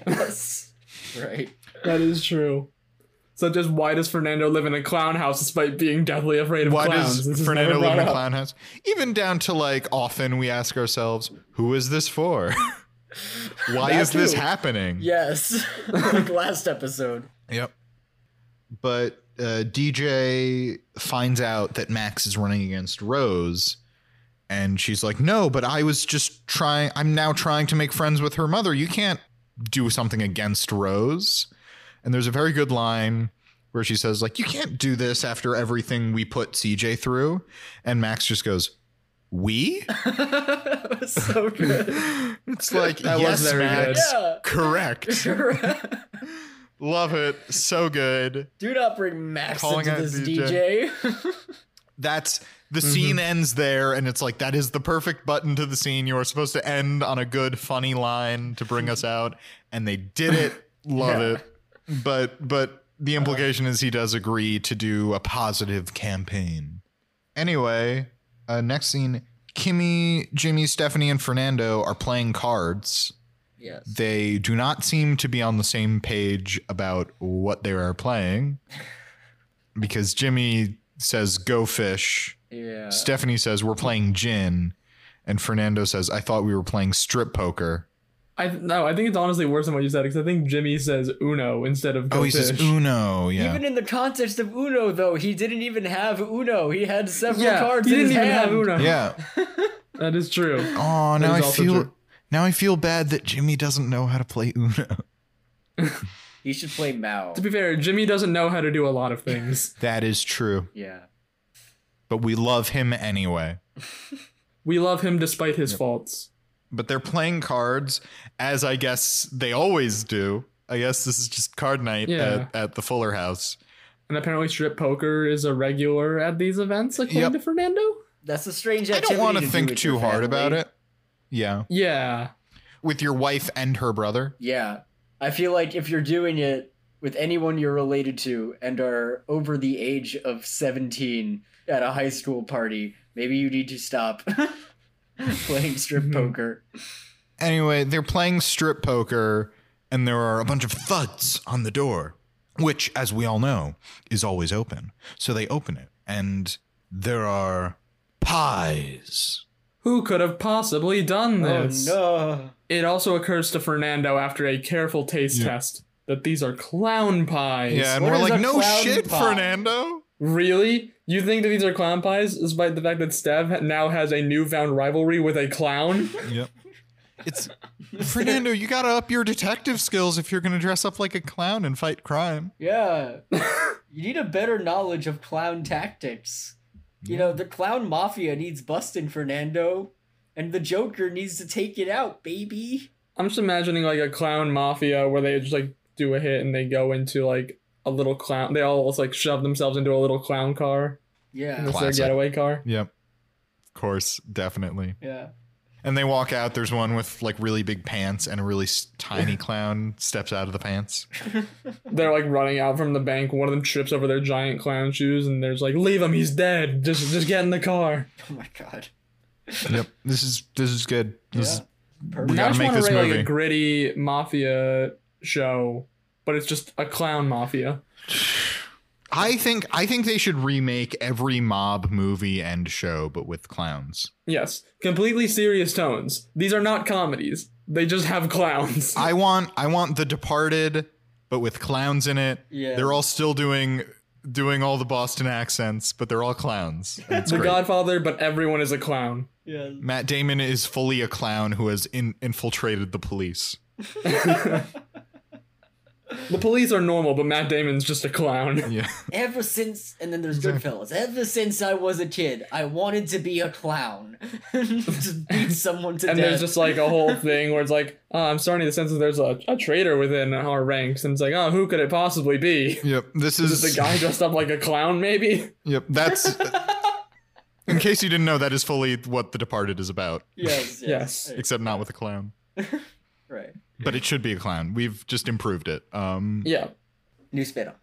Speaker 4: yes. Right.
Speaker 1: That is true. Such as why does Fernando live in a clown house despite being deathly afraid of
Speaker 2: Why
Speaker 1: clowns? This
Speaker 2: does
Speaker 1: is
Speaker 2: Fernando
Speaker 1: never
Speaker 2: live in a
Speaker 1: brought up.
Speaker 2: clown house? Even down to like often we ask ourselves, who is this for? Why
Speaker 4: That
Speaker 2: is this
Speaker 4: too.
Speaker 2: happening?
Speaker 4: Yes. like last episode.
Speaker 2: Yep. But uh, DJ finds out that Max is running against Rose, and she's like, "No, but I was just trying. I'm now trying to make friends with her mother. You can't do something against Rose." And there's a very good line where she says, "Like you can't do this after everything we put CJ through," and Max just goes, "We."
Speaker 4: That was so good.
Speaker 2: it's like
Speaker 1: That was
Speaker 2: yes,
Speaker 1: very good.
Speaker 2: Max,
Speaker 4: yeah.
Speaker 2: correct.
Speaker 4: Do
Speaker 2: Love it. So good.
Speaker 4: not bring Max
Speaker 2: Calling
Speaker 4: into
Speaker 2: out
Speaker 4: this
Speaker 2: DJ.
Speaker 4: DJ.
Speaker 2: that's the scene ends there and it's like that is the perfect button to the scene you are supposed to end on a good funny line to bring us out and they did it love
Speaker 4: Yeah.
Speaker 2: it but but the implication is he does agree to do a positive campaign anyway uh, next scene kimmy jimmy stephanie and fernando are playing cards
Speaker 4: yes.
Speaker 2: they do not seem to be on the same page about what they are playing because jimmy says go fish
Speaker 4: Yeah.
Speaker 2: Stephanie says we're playing gin, and Fernando says I thought we were playing strip poker.
Speaker 1: I no, I think it's honestly worse than what you said because I think Jimmy says Uno instead of Go
Speaker 2: Oh, he
Speaker 1: Fish.
Speaker 2: says Uno. Yeah,
Speaker 4: Even in the context of Uno, though, he didn't even have Uno. He had several
Speaker 1: yeah,
Speaker 4: cards
Speaker 1: he
Speaker 4: in
Speaker 1: didn't
Speaker 4: his
Speaker 1: even
Speaker 4: hand.
Speaker 1: have Uno.
Speaker 2: yeah.
Speaker 1: that is true.
Speaker 2: Oh, now
Speaker 1: is
Speaker 2: I
Speaker 1: also
Speaker 2: feel
Speaker 1: true.
Speaker 2: now I feel bad that Jimmy doesn't know how to play Uno.
Speaker 4: He should play Mao.
Speaker 1: To be fair, Jimmy doesn't know how to do a lot of things.
Speaker 2: That is true,
Speaker 4: Yeah.
Speaker 2: but we love him anyway.
Speaker 1: We love him despite his faults.
Speaker 2: But they're playing cards, as I guess they always do. I guess this is just card night
Speaker 1: Yeah.
Speaker 2: at, at the Fuller House.
Speaker 1: And apparently, strip poker is a regular at these events, according
Speaker 2: Yep.
Speaker 1: to Fernando.
Speaker 4: That's a strange
Speaker 2: I
Speaker 4: activity.
Speaker 2: don't want
Speaker 4: to
Speaker 2: to
Speaker 4: do
Speaker 2: think
Speaker 4: with
Speaker 2: too
Speaker 4: your
Speaker 2: hard
Speaker 4: family.
Speaker 2: about it. Yeah,
Speaker 1: Yeah,
Speaker 2: with your wife and her brother.
Speaker 4: Yeah. I feel like if you're doing it with anyone you're related to and are over the age of 17 at a high school party, maybe you need to stop playing strip
Speaker 1: Mhm.
Speaker 4: poker.
Speaker 2: Anyway, they're playing strip poker, and there are a bunch of thuds on the door, which, as we all know, is always open. So they open it, and there are pies.
Speaker 1: who could have possibly done this?
Speaker 4: Oh
Speaker 1: It also occurs to Fernando after a careful taste
Speaker 2: Yeah.
Speaker 1: test that these are clown pies.
Speaker 2: Yeah, and
Speaker 4: What
Speaker 2: we're
Speaker 4: is
Speaker 2: like,
Speaker 4: a
Speaker 2: no
Speaker 4: clown
Speaker 2: shit,
Speaker 4: pie?"
Speaker 2: Fernando.
Speaker 1: Really? You think that these are clown pies, despite the fact that Steph ha- now has a newfound rivalry with a clown?
Speaker 2: Yep. It's Fernando. You gotta up your detective skills if you're gonna dress up like a clown and fight crime.
Speaker 4: no. Yeah. you need a better knowledge of clown tactics. You know, the clown mafia needs busting, Fernando, and the Joker needs to take it out, baby.
Speaker 1: I'm just imagining like a clown mafia where they just like do a hit and they go into like a little clown. They all just like shove themselves into a little clown car.
Speaker 4: Yeah.
Speaker 1: And it's their
Speaker 2: Classic.
Speaker 1: getaway car.
Speaker 2: Yep. Of course, definitely.
Speaker 4: Yeah.
Speaker 2: And they walk out. There's one with like really big pants, and a really s- tiny clown steps out of the pants.
Speaker 1: They're like running out from the bank. One of them trips over their giant clown shoes, and there's like, "Leave him, he's dead. Just, just get in the car."
Speaker 4: Oh my god.
Speaker 2: yep, this is this is good. This is-
Speaker 1: Now
Speaker 2: we
Speaker 1: I
Speaker 2: gotta
Speaker 1: just
Speaker 2: make
Speaker 1: want to
Speaker 2: this
Speaker 1: write
Speaker 2: movie.
Speaker 1: like a gritty mafia show, but it's just a clown mafia.
Speaker 2: I think I think they should remake every mob movie and show, but with clowns.
Speaker 1: Yes, completely serious tones. These are not comedies. They just have clowns.
Speaker 2: I want I want The Departed, but with clowns in it.
Speaker 4: Yeah.
Speaker 2: They're all still doing doing all the Boston accents, but they're all clowns. And It's
Speaker 1: the
Speaker 2: great.
Speaker 1: Godfather, but everyone is a clown.
Speaker 4: Yeah.
Speaker 2: Matt Damon is fully a clown who has in, infiltrated the police.
Speaker 1: The police are normal, but Matt Damon's just a clown.
Speaker 2: Yeah.
Speaker 4: Ever since, and then there's Goodfellas. Ever since I was a kid, I wanted to be a clown. Just beat someone to
Speaker 1: And
Speaker 4: death.
Speaker 1: there's just like a whole thing where it's like, oh, I'm starting to sense that there's a, a traitor within our ranks. And it's like, oh, who could it possibly be?
Speaker 2: Yep. This
Speaker 1: Is it the guy dressed up like a clown, maybe?
Speaker 2: Yep. That's In case you didn't know, that is fully what The Departed is about,
Speaker 4: yes, yes.
Speaker 1: Yes.
Speaker 2: except not with a clown.
Speaker 4: Right.
Speaker 2: But it should be a clown. We've just improved it. Um
Speaker 1: Yeah.
Speaker 4: New spin-off.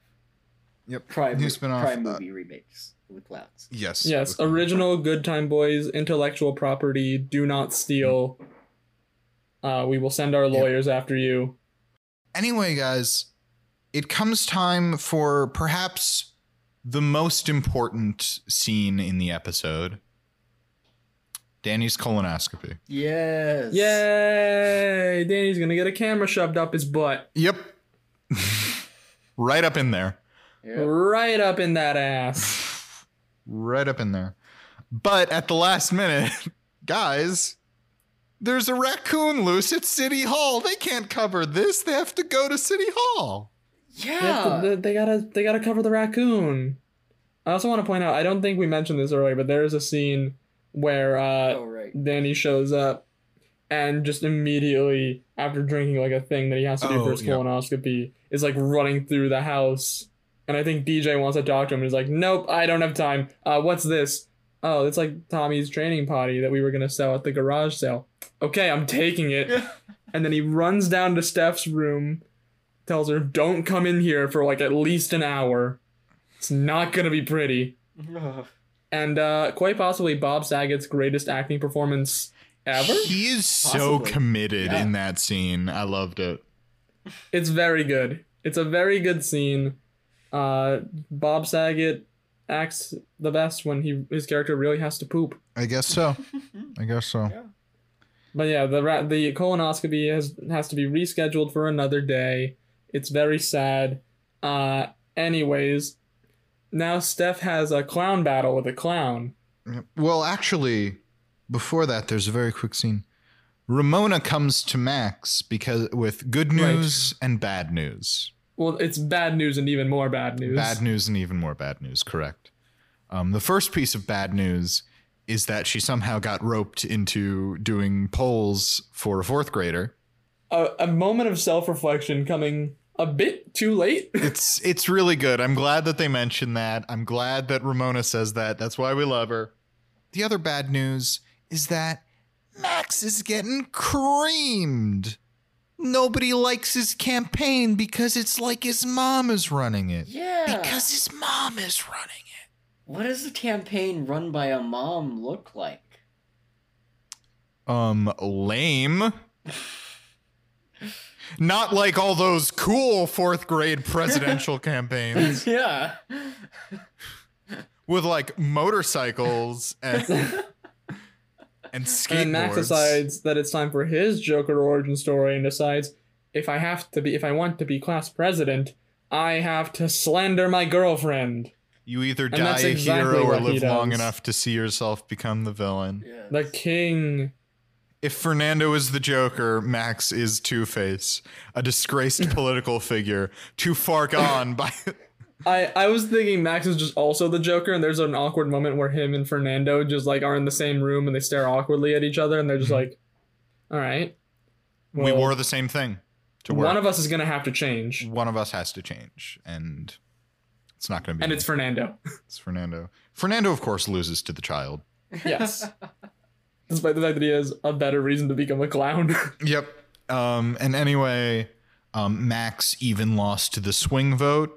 Speaker 2: Yep.
Speaker 4: Prime,
Speaker 2: New
Speaker 4: mo-
Speaker 2: spin-off,
Speaker 4: Prime
Speaker 2: uh,
Speaker 4: movie remakes with clowns.
Speaker 2: Yes.
Speaker 1: Yes.
Speaker 2: with-
Speaker 1: Original Good Time Boys, intellectual property, do not steal. Uh, we will send our lawyers after you.
Speaker 2: Anyway, guys, it comes time for perhaps the most important scene in the episode Danny's colonoscopy.
Speaker 4: Yes.
Speaker 1: Yay! Danny's gonna get a camera shoved up his butt.
Speaker 2: Yep. right up in there.
Speaker 4: Yeah.
Speaker 1: Right up in that ass.
Speaker 2: Right up in there. But at the last minute, guys, there's a raccoon loose at City Hall. They can't cover this. They have to go to City Hall.
Speaker 1: They have to-
Speaker 4: Yeah.
Speaker 1: they- they gotta they gotta cover the raccoon. I also want to point out, I don't think we mentioned this earlier, but there is a scene where uh,
Speaker 4: Oh right.
Speaker 1: Danny shows up and just immediately after drinking like a thing that he has to do
Speaker 2: Oh,
Speaker 1: for his
Speaker 2: yeah.
Speaker 1: colonoscopy is like running through the house. And I think DJ wants to talk to him and he's like, Nope, I don't have time. Uh, what's this? Oh, it's like Tommy's training potty that we were gonna sell at the garage sale. Okay, I'm taking it. and then he runs down to Steph's room, tells her, Don't come in here for like at least an hour. It's not gonna be pretty and uh, quite possibly Bob Saget's greatest acting performance ever.
Speaker 2: He is so
Speaker 4: Possibly.
Speaker 2: committed
Speaker 4: Yeah.
Speaker 2: in that scene. I loved it.
Speaker 1: It's very good. It's a very good scene. Uh, Bob Saget acts the best when he his character really has to poop.
Speaker 2: I guess so. I guess so.
Speaker 1: But yeah, the ra- the colonoscopy has has to be rescheduled for another day. It's very sad. Uh, anyways, now Steph has a clown battle with a clown.
Speaker 2: Yep. Well, actually, before that, there's a very quick scene. Ramona comes to Max because with good
Speaker 1: Right.
Speaker 2: news and bad news.
Speaker 1: Well, it's bad news and even more bad news.
Speaker 2: Bad news and even more bad news, correct. Um, the first piece of bad news is that she somehow got roped into doing polls for a fourth grader.
Speaker 1: a, a moment of self reflection coming a bit too late.
Speaker 2: It's it's really good. I'm glad that they mentioned that. I'm glad that Ramona says that. That's why we love her. The other bad news is that Max is getting creamed. Nobody likes his campaign because it's like his mom is running it.
Speaker 4: Yeah.
Speaker 2: Because his mom is running it.
Speaker 4: what does a campaign run by a mom look like?
Speaker 2: Um, lame. Not like all those cool fourth grade presidential campaigns.
Speaker 4: yeah.
Speaker 2: with like motorcycles and and skateboards.
Speaker 1: And Max decides that it's time for his Joker origin story and decides if I have to be, if I want to be class president, I have to slander my girlfriend.
Speaker 2: you either
Speaker 1: and
Speaker 2: die
Speaker 1: that's
Speaker 2: a
Speaker 1: exactly
Speaker 2: hero or
Speaker 1: what he
Speaker 2: live long
Speaker 1: does.
Speaker 2: enough to see yourself become the villain.
Speaker 4: Yes.
Speaker 1: The king.
Speaker 2: If Fernando is the Joker, Max is Two Face, a disgraced political figure, too far gone by.
Speaker 1: I, I was thinking Max is just also the Joker, and there's an awkward moment where him and Fernando just like are in the same room and they stare awkwardly at each other, and they're just like, "All right,
Speaker 2: we
Speaker 1: well,
Speaker 2: wore the same thing to work. Mm-hmm.
Speaker 1: one of us is gonna have to change,
Speaker 2: one of us has to change, and it's not going to be.
Speaker 1: and
Speaker 2: me.
Speaker 1: it's Fernando."
Speaker 2: it's Fernando. Fernando, of course, loses to the child.
Speaker 1: Yes. despite the fact that he has a better reason to become a clown.
Speaker 2: Yep. Um, and anyway, um, Max even lost to the swing vote,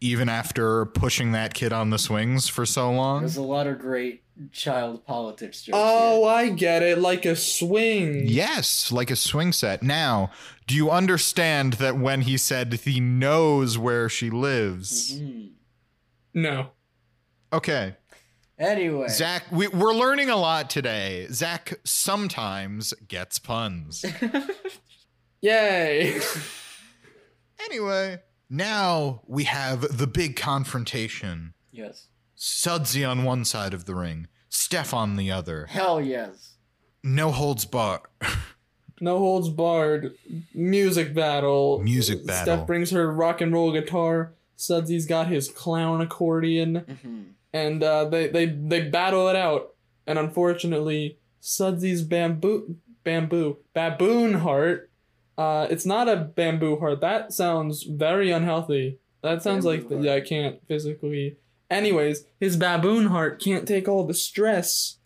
Speaker 2: even after pushing that kid on the swings for so long.
Speaker 4: There's a lot of great child politics jokes.
Speaker 1: oh, I get it. Like a swing.
Speaker 2: Yes, like a swing set. Now, do you understand that when he said he knows where she lives?
Speaker 4: here. Mhm.
Speaker 1: No.
Speaker 2: Okay.
Speaker 4: Anyway,
Speaker 2: Zach, we, we're learning a lot today. Zach sometimes gets puns.
Speaker 1: Yay.
Speaker 2: anyway, now we have the big confrontation.
Speaker 4: yes,
Speaker 2: Sudsy on one side of the ring, Steph on the other.
Speaker 4: hell yes.
Speaker 2: No holds bar.
Speaker 1: no holds barred. Music battle.
Speaker 2: Music battle.
Speaker 1: Steph brings her rock and roll guitar. Sudsy's got his clown accordion.
Speaker 4: hmm
Speaker 1: and uh, they, they they battle it out. And unfortunately, Sudsy's bamboo bamboo baboon heart. Uh, it's not a bamboo heart. That sounds very unhealthy. That sounds like
Speaker 4: Bamboo
Speaker 1: yeah, I can't physically. Anyways, his baboon heart can't take all the stress,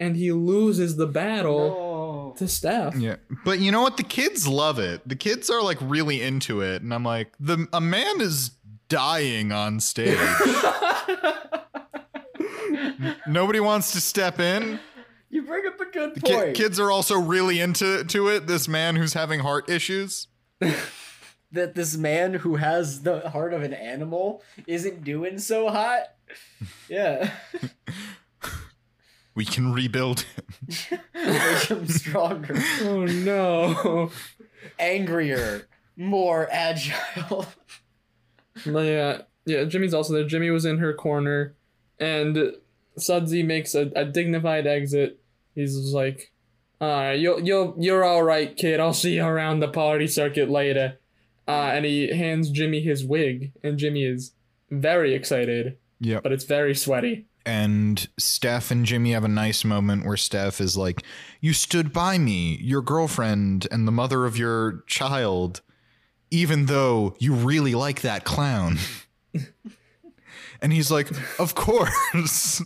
Speaker 1: and he loses the battle
Speaker 4: Oh,
Speaker 1: to Steph.
Speaker 2: Yeah. But you know what? The kids love it. The kids are like really into it. And I'm like, the a man is dying on stage. Nobody wants to step in.
Speaker 4: you bring up a good
Speaker 2: The
Speaker 4: point.
Speaker 2: ki- kids are also really into to it. This man who's having heart issues.
Speaker 4: that this man who has the heart of an animal isn't doing so hot. Yeah,
Speaker 2: We can rebuild him.
Speaker 4: make him stronger,
Speaker 1: Oh no!
Speaker 4: angrier, more agile.
Speaker 1: yeah, yeah. Jimmy's also there. Jimmy was in her corner, and Sudsy makes a, a dignified exit. He's just like, "All right, you'll you'll you're all right, kid. I'll see you around the party circuit later." Uh, and he hands Jimmy his wig, and Jimmy is very excited,
Speaker 2: Yep.
Speaker 1: but it's very sweaty.
Speaker 2: and Steph and Jimmy have a nice moment where Steph is like, You stood by me, your girlfriend, and the mother of your child, even though you really like that clown. and he's like, Of course.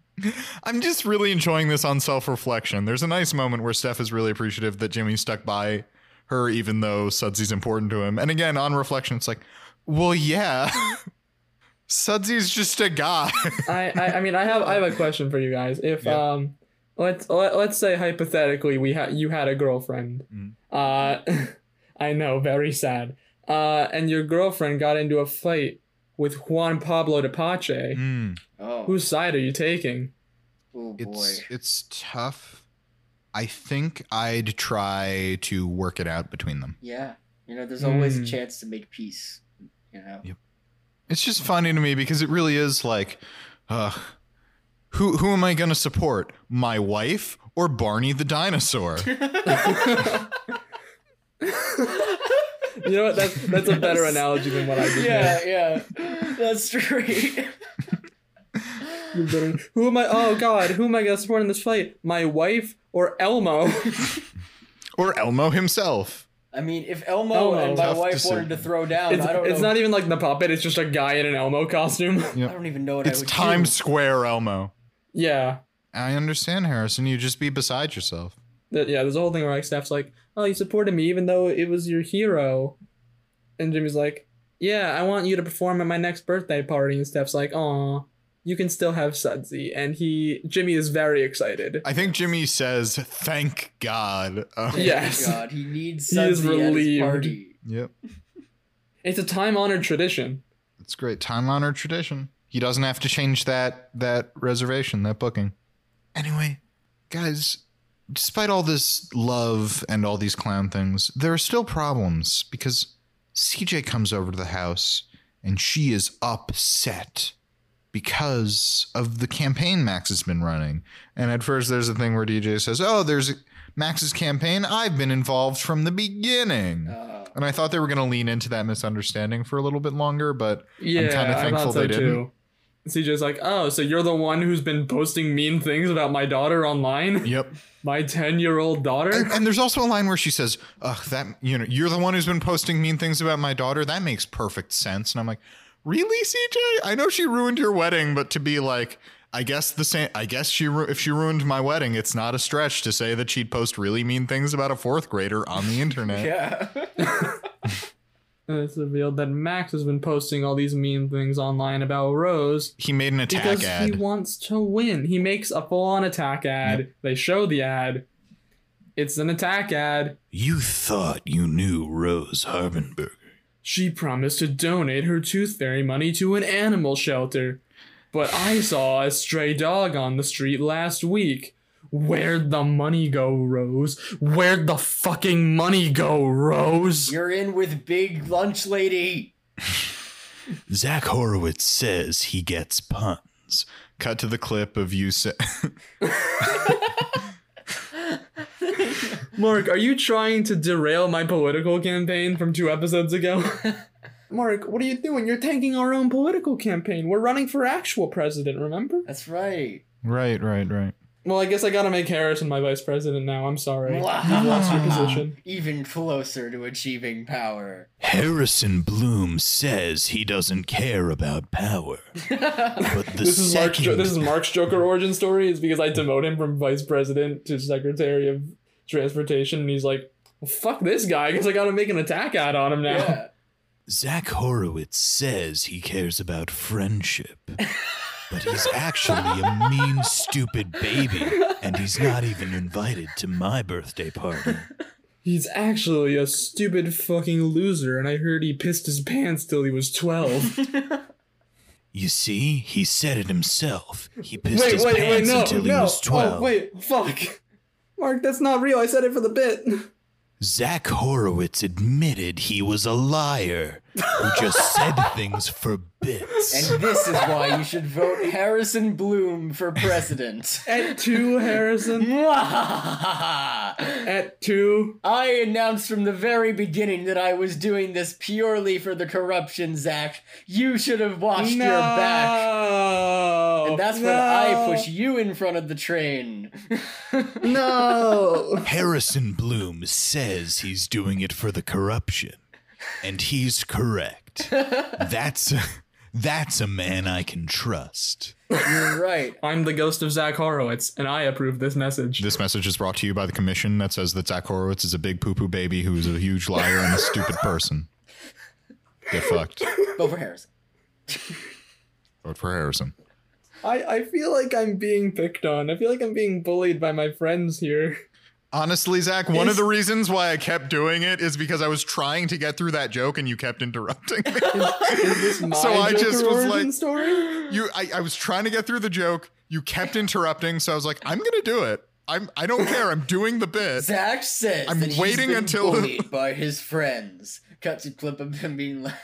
Speaker 2: I'm just really enjoying this on self reflection. There's a nice moment where Steph is really appreciative that Jimmy stuck by her, even though Sudsy's important to him. And again, on reflection, it's like, Well, yeah. Sudsy's just a guy.
Speaker 1: I, I I mean, I have I have a question for you guys. If
Speaker 2: Yeah.
Speaker 1: um, let's let, let's say hypothetically we had you had a girlfriend.
Speaker 2: Mm.
Speaker 1: Uh, I know, very sad. Uh, and your girlfriend got into a fight with Juan Pablo de Pache.
Speaker 2: Mm.
Speaker 4: Oh,
Speaker 1: Whose side are you taking?
Speaker 4: oh boy.
Speaker 2: It's it's tough. I think I'd try to work it out between them.
Speaker 4: Yeah, you know, there's always a
Speaker 1: Mm.
Speaker 4: chance to make peace. You know,
Speaker 2: It's just funny to me because it really is like, uh, who who am I gonna support? My wife or Barney the dinosaur?
Speaker 1: You know what? That's that's a better
Speaker 4: Yes.
Speaker 1: analogy than what I just
Speaker 4: yeah, yeah, that's true.
Speaker 1: made. You better- Who am I? Oh God, who am I gonna support in this fight? My wife or
Speaker 4: Um,
Speaker 1: Elmo?
Speaker 2: or Elmo himself?
Speaker 4: I mean, if Elmo
Speaker 1: Elmo.
Speaker 4: and my
Speaker 2: Tough
Speaker 4: wife
Speaker 2: decision.
Speaker 4: wanted to throw down,
Speaker 1: It's,
Speaker 4: I don't
Speaker 1: it's
Speaker 4: know.
Speaker 1: not even like the puppet. It's just a guy in an Elmo costume.
Speaker 4: I don't even know what I
Speaker 2: It's
Speaker 4: would
Speaker 2: Times
Speaker 4: do.
Speaker 2: Square Elmo.
Speaker 1: yeah.
Speaker 2: I understand, Harrison. You just be beside yourself.
Speaker 1: That yeah, there's a whole thing where like Steph's like, "Oh, you supported me even though it was your hero," and Jimmy's like, "Yeah, I want you to perform at my next birthday party." And Steph's like, "Aw, you can still have Sudsy," and he Jimmy is very excited.
Speaker 2: I think Jimmy says, "Thank God." Uh,
Speaker 4: Thank
Speaker 1: Yes.
Speaker 4: Oh God, he needs
Speaker 1: He is
Speaker 4: Sudsy at his
Speaker 1: relieved.
Speaker 4: party.
Speaker 2: Yep.
Speaker 1: It's a time honored tradition.
Speaker 2: It's great. Time honored tradition. He doesn't have to change that that reservation, that booking. Anyway, guys, despite all this love and all these clown things, there are still problems because CJ comes over to the house and she is upset because of the campaign Max has been running. And at first there's a thing where DJ says, "Oh, there's Max's campaign. I've been involved from the beginning."
Speaker 4: Uh,
Speaker 2: and I thought they were going to lean into that misunderstanding for a little bit longer, but
Speaker 1: Yeah,
Speaker 2: kinda
Speaker 1: I
Speaker 2: thankful
Speaker 1: thought so
Speaker 2: they didn't.
Speaker 1: too. CJ's like, "Oh, so you're the one who's been posting mean things about my daughter online,
Speaker 2: Yep.
Speaker 1: my ten year old daughter."
Speaker 2: And, and there's also a line where she says, "Ugh, that you know, you're the one who's been posting mean things about my daughter. That makes perfect sense." And I'm like, "Really, CJ? I know she ruined your wedding, but to be like, I guess the same. I guess she ru- if she ruined my wedding, it's not a stretch to say that she'd post really mean things about a fourth grader on the internet.
Speaker 4: Yeah.
Speaker 1: And it's revealed that Max has been posting all these mean things online about Rose
Speaker 2: He made an attack
Speaker 1: because
Speaker 2: ad.
Speaker 1: he wants to win. He makes a full on attack ad. They show the ad. It's an attack ad.
Speaker 2: you thought you knew Rose Harbenberger.
Speaker 1: She promised to donate her tooth fairy money to an animal shelter. But I saw a stray dog on the street last week. Where'd the money go, Rose? Where'd the fucking money go, Rose?
Speaker 4: You're in with Big Lunch Lady.
Speaker 2: Zach Horowitz says he gets puns. Cut to the clip of you say.
Speaker 1: Mark, are you trying to derail my political campaign from two episodes ago? Mark, what are you doing? You're tanking our own political campaign. We're running for actual president, remember?
Speaker 4: That's right.
Speaker 2: right, right, right.
Speaker 1: Well, I guess I gotta make Harrison my vice president now. I'm sorry.
Speaker 4: Wow.
Speaker 1: You lost your position.
Speaker 4: Even closer to achieving power.
Speaker 2: Harrison Bloom says he doesn't care about power. but the
Speaker 1: This is, Mark's jo- this is Mark's Joker origin story, is because I demote him from vice president to secretary of transportation, and he's like, well, fuck this guy, I guess I gotta make an attack ad on him now.
Speaker 4: Yeah.
Speaker 2: Zach Horowitz says he cares about friendship, but he's actually a mean, stupid baby, and he's not even invited to my birthday party.
Speaker 1: He's actually a stupid fucking loser, and I heard he pissed his pants till he was 12.
Speaker 2: You see, he said it himself. He pissed
Speaker 1: wait,
Speaker 2: his
Speaker 1: wait, wait,
Speaker 2: pants
Speaker 1: no,
Speaker 2: until
Speaker 1: no.
Speaker 2: he was 12.
Speaker 1: Oh, wait, fuck. Mark, that's not real. I said it for the bit.
Speaker 2: Zach Horowitz admitted he was a liar who just said things for bits.
Speaker 4: And this is why you should vote Harrison Bloom for president.
Speaker 1: At two, Harrison.
Speaker 4: I
Speaker 1: At two.
Speaker 4: announced from the very beginning that I was doing this purely for the corruption, Zach. You should have washed your back.
Speaker 1: No.
Speaker 4: And that's
Speaker 1: no.
Speaker 4: when I push you in front of the train.
Speaker 1: No.
Speaker 2: Harrison Bloom says he's doing it for the corruption, and he's correct. That's a, that's a man I can trust.
Speaker 4: You're right.
Speaker 1: I'm the ghost of Zach Horowitz, and I approve this message.
Speaker 2: This message is brought to you by the commission that says that Zach Horowitz is a big poo poo baby who's a huge liar and a stupid person. Get fucked.
Speaker 4: Vote for Harrison.
Speaker 2: Vote for Harrison.
Speaker 1: I, I feel like I'm being picked on. I feel like I'm being bullied by my friends here.
Speaker 2: Honestly, Zach, one of
Speaker 1: Is-
Speaker 2: the reasons why I kept doing it is because I was trying to get through that joke and you kept interrupting me.
Speaker 1: Is this my
Speaker 2: So I
Speaker 1: Joker
Speaker 2: just was
Speaker 1: origin
Speaker 2: like-
Speaker 1: story?
Speaker 2: you I, I was trying to get through the joke you kept interrupting so i was like i'm gonna do it i'm i don't care i'm doing the bit
Speaker 4: Zach says
Speaker 2: I'm
Speaker 4: that he's
Speaker 2: waiting
Speaker 4: been
Speaker 2: until-
Speaker 4: bullied by his friends. Cuts a clip of him being like,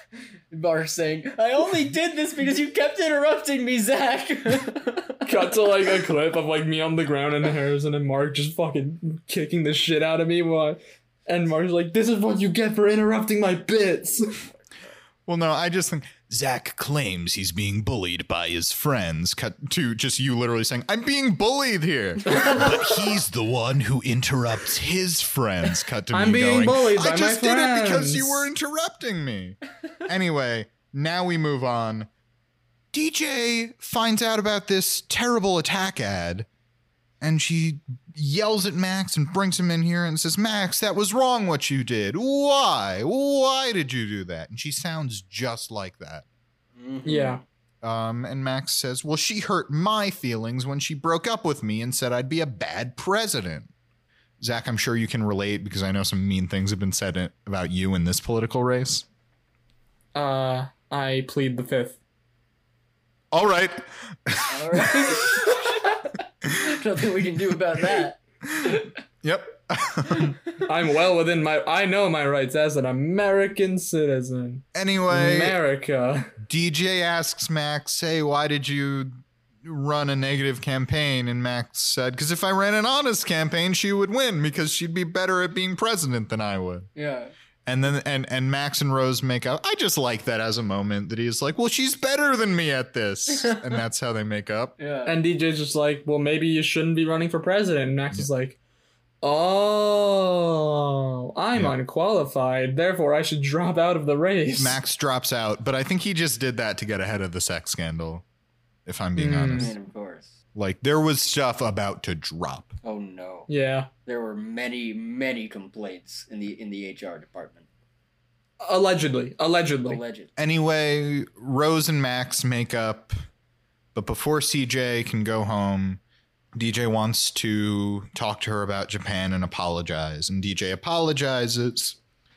Speaker 4: Mark saying, "I only did this because you kept interrupting me, Zach."
Speaker 1: Cut to like a clip of like me on the ground and Harrison and Mark just fucking kicking the shit out of me. While, and Mark's like, "This is what you get for interrupting my bits."
Speaker 2: well no i just think zach claims he's being bullied by his friends cut to just you literally saying i'm being bullied here but he's the one who interrupts his friends cut to
Speaker 1: I'm
Speaker 2: me
Speaker 1: being
Speaker 2: going,
Speaker 1: bullied by
Speaker 2: i
Speaker 1: my
Speaker 2: just did it because you
Speaker 1: friends."
Speaker 2: were interrupting me anyway now we move on DJ finds out about this terrible attack ad and she yells at Max and brings him in here and says, Max, that was wrong what you did. Why? Why did you do that? And she sounds just like that.
Speaker 1: Yeah,
Speaker 2: Um, and Max says, Well, she hurt my feelings when she broke up with me and said I'd be a bad president. Zach, I'm sure you can relate because I know some mean things have been said about you in this political race.
Speaker 1: uh, I plead the fifth.
Speaker 2: All right.
Speaker 4: All right. Nothing we can do about that.
Speaker 2: Yep.
Speaker 1: I'm well within my. I know my rights as an American citizen.
Speaker 2: Anyway.
Speaker 1: America.
Speaker 2: DJ asks Max, "Hey, why did you run a negative campaign?" And Max said, "Because if I ran an honest campaign, she would win because she'd be better at being president than I would."
Speaker 4: Yeah.
Speaker 2: And then and and Max and Rose make up. I just like that as a moment that he's like, "Well, she's better than me at this," and that's how they make up.
Speaker 4: Yeah.
Speaker 1: And DJ's just like, "Well, maybe you shouldn't be running for president." And Max is like, "Oh, I'm
Speaker 2: Yeah.
Speaker 1: unqualified. Therefore, I should drop out of the race."
Speaker 2: Max drops out, but I think he just did that to get ahead of the sex scandal. If I'm being
Speaker 1: Hmm.
Speaker 4: I
Speaker 2: honest,
Speaker 4: mean, of course.
Speaker 2: Like there was stuff about to drop.
Speaker 4: Oh no.
Speaker 1: Yeah.
Speaker 4: There were many, many complaints in the in the HR department.
Speaker 1: Allegedly. Allegedly.
Speaker 4: Alleged.
Speaker 2: Anyway, Rose and Max make up, but before CJ can go home, DJ wants to talk to her about Japan and apologize. And DJ apologizes.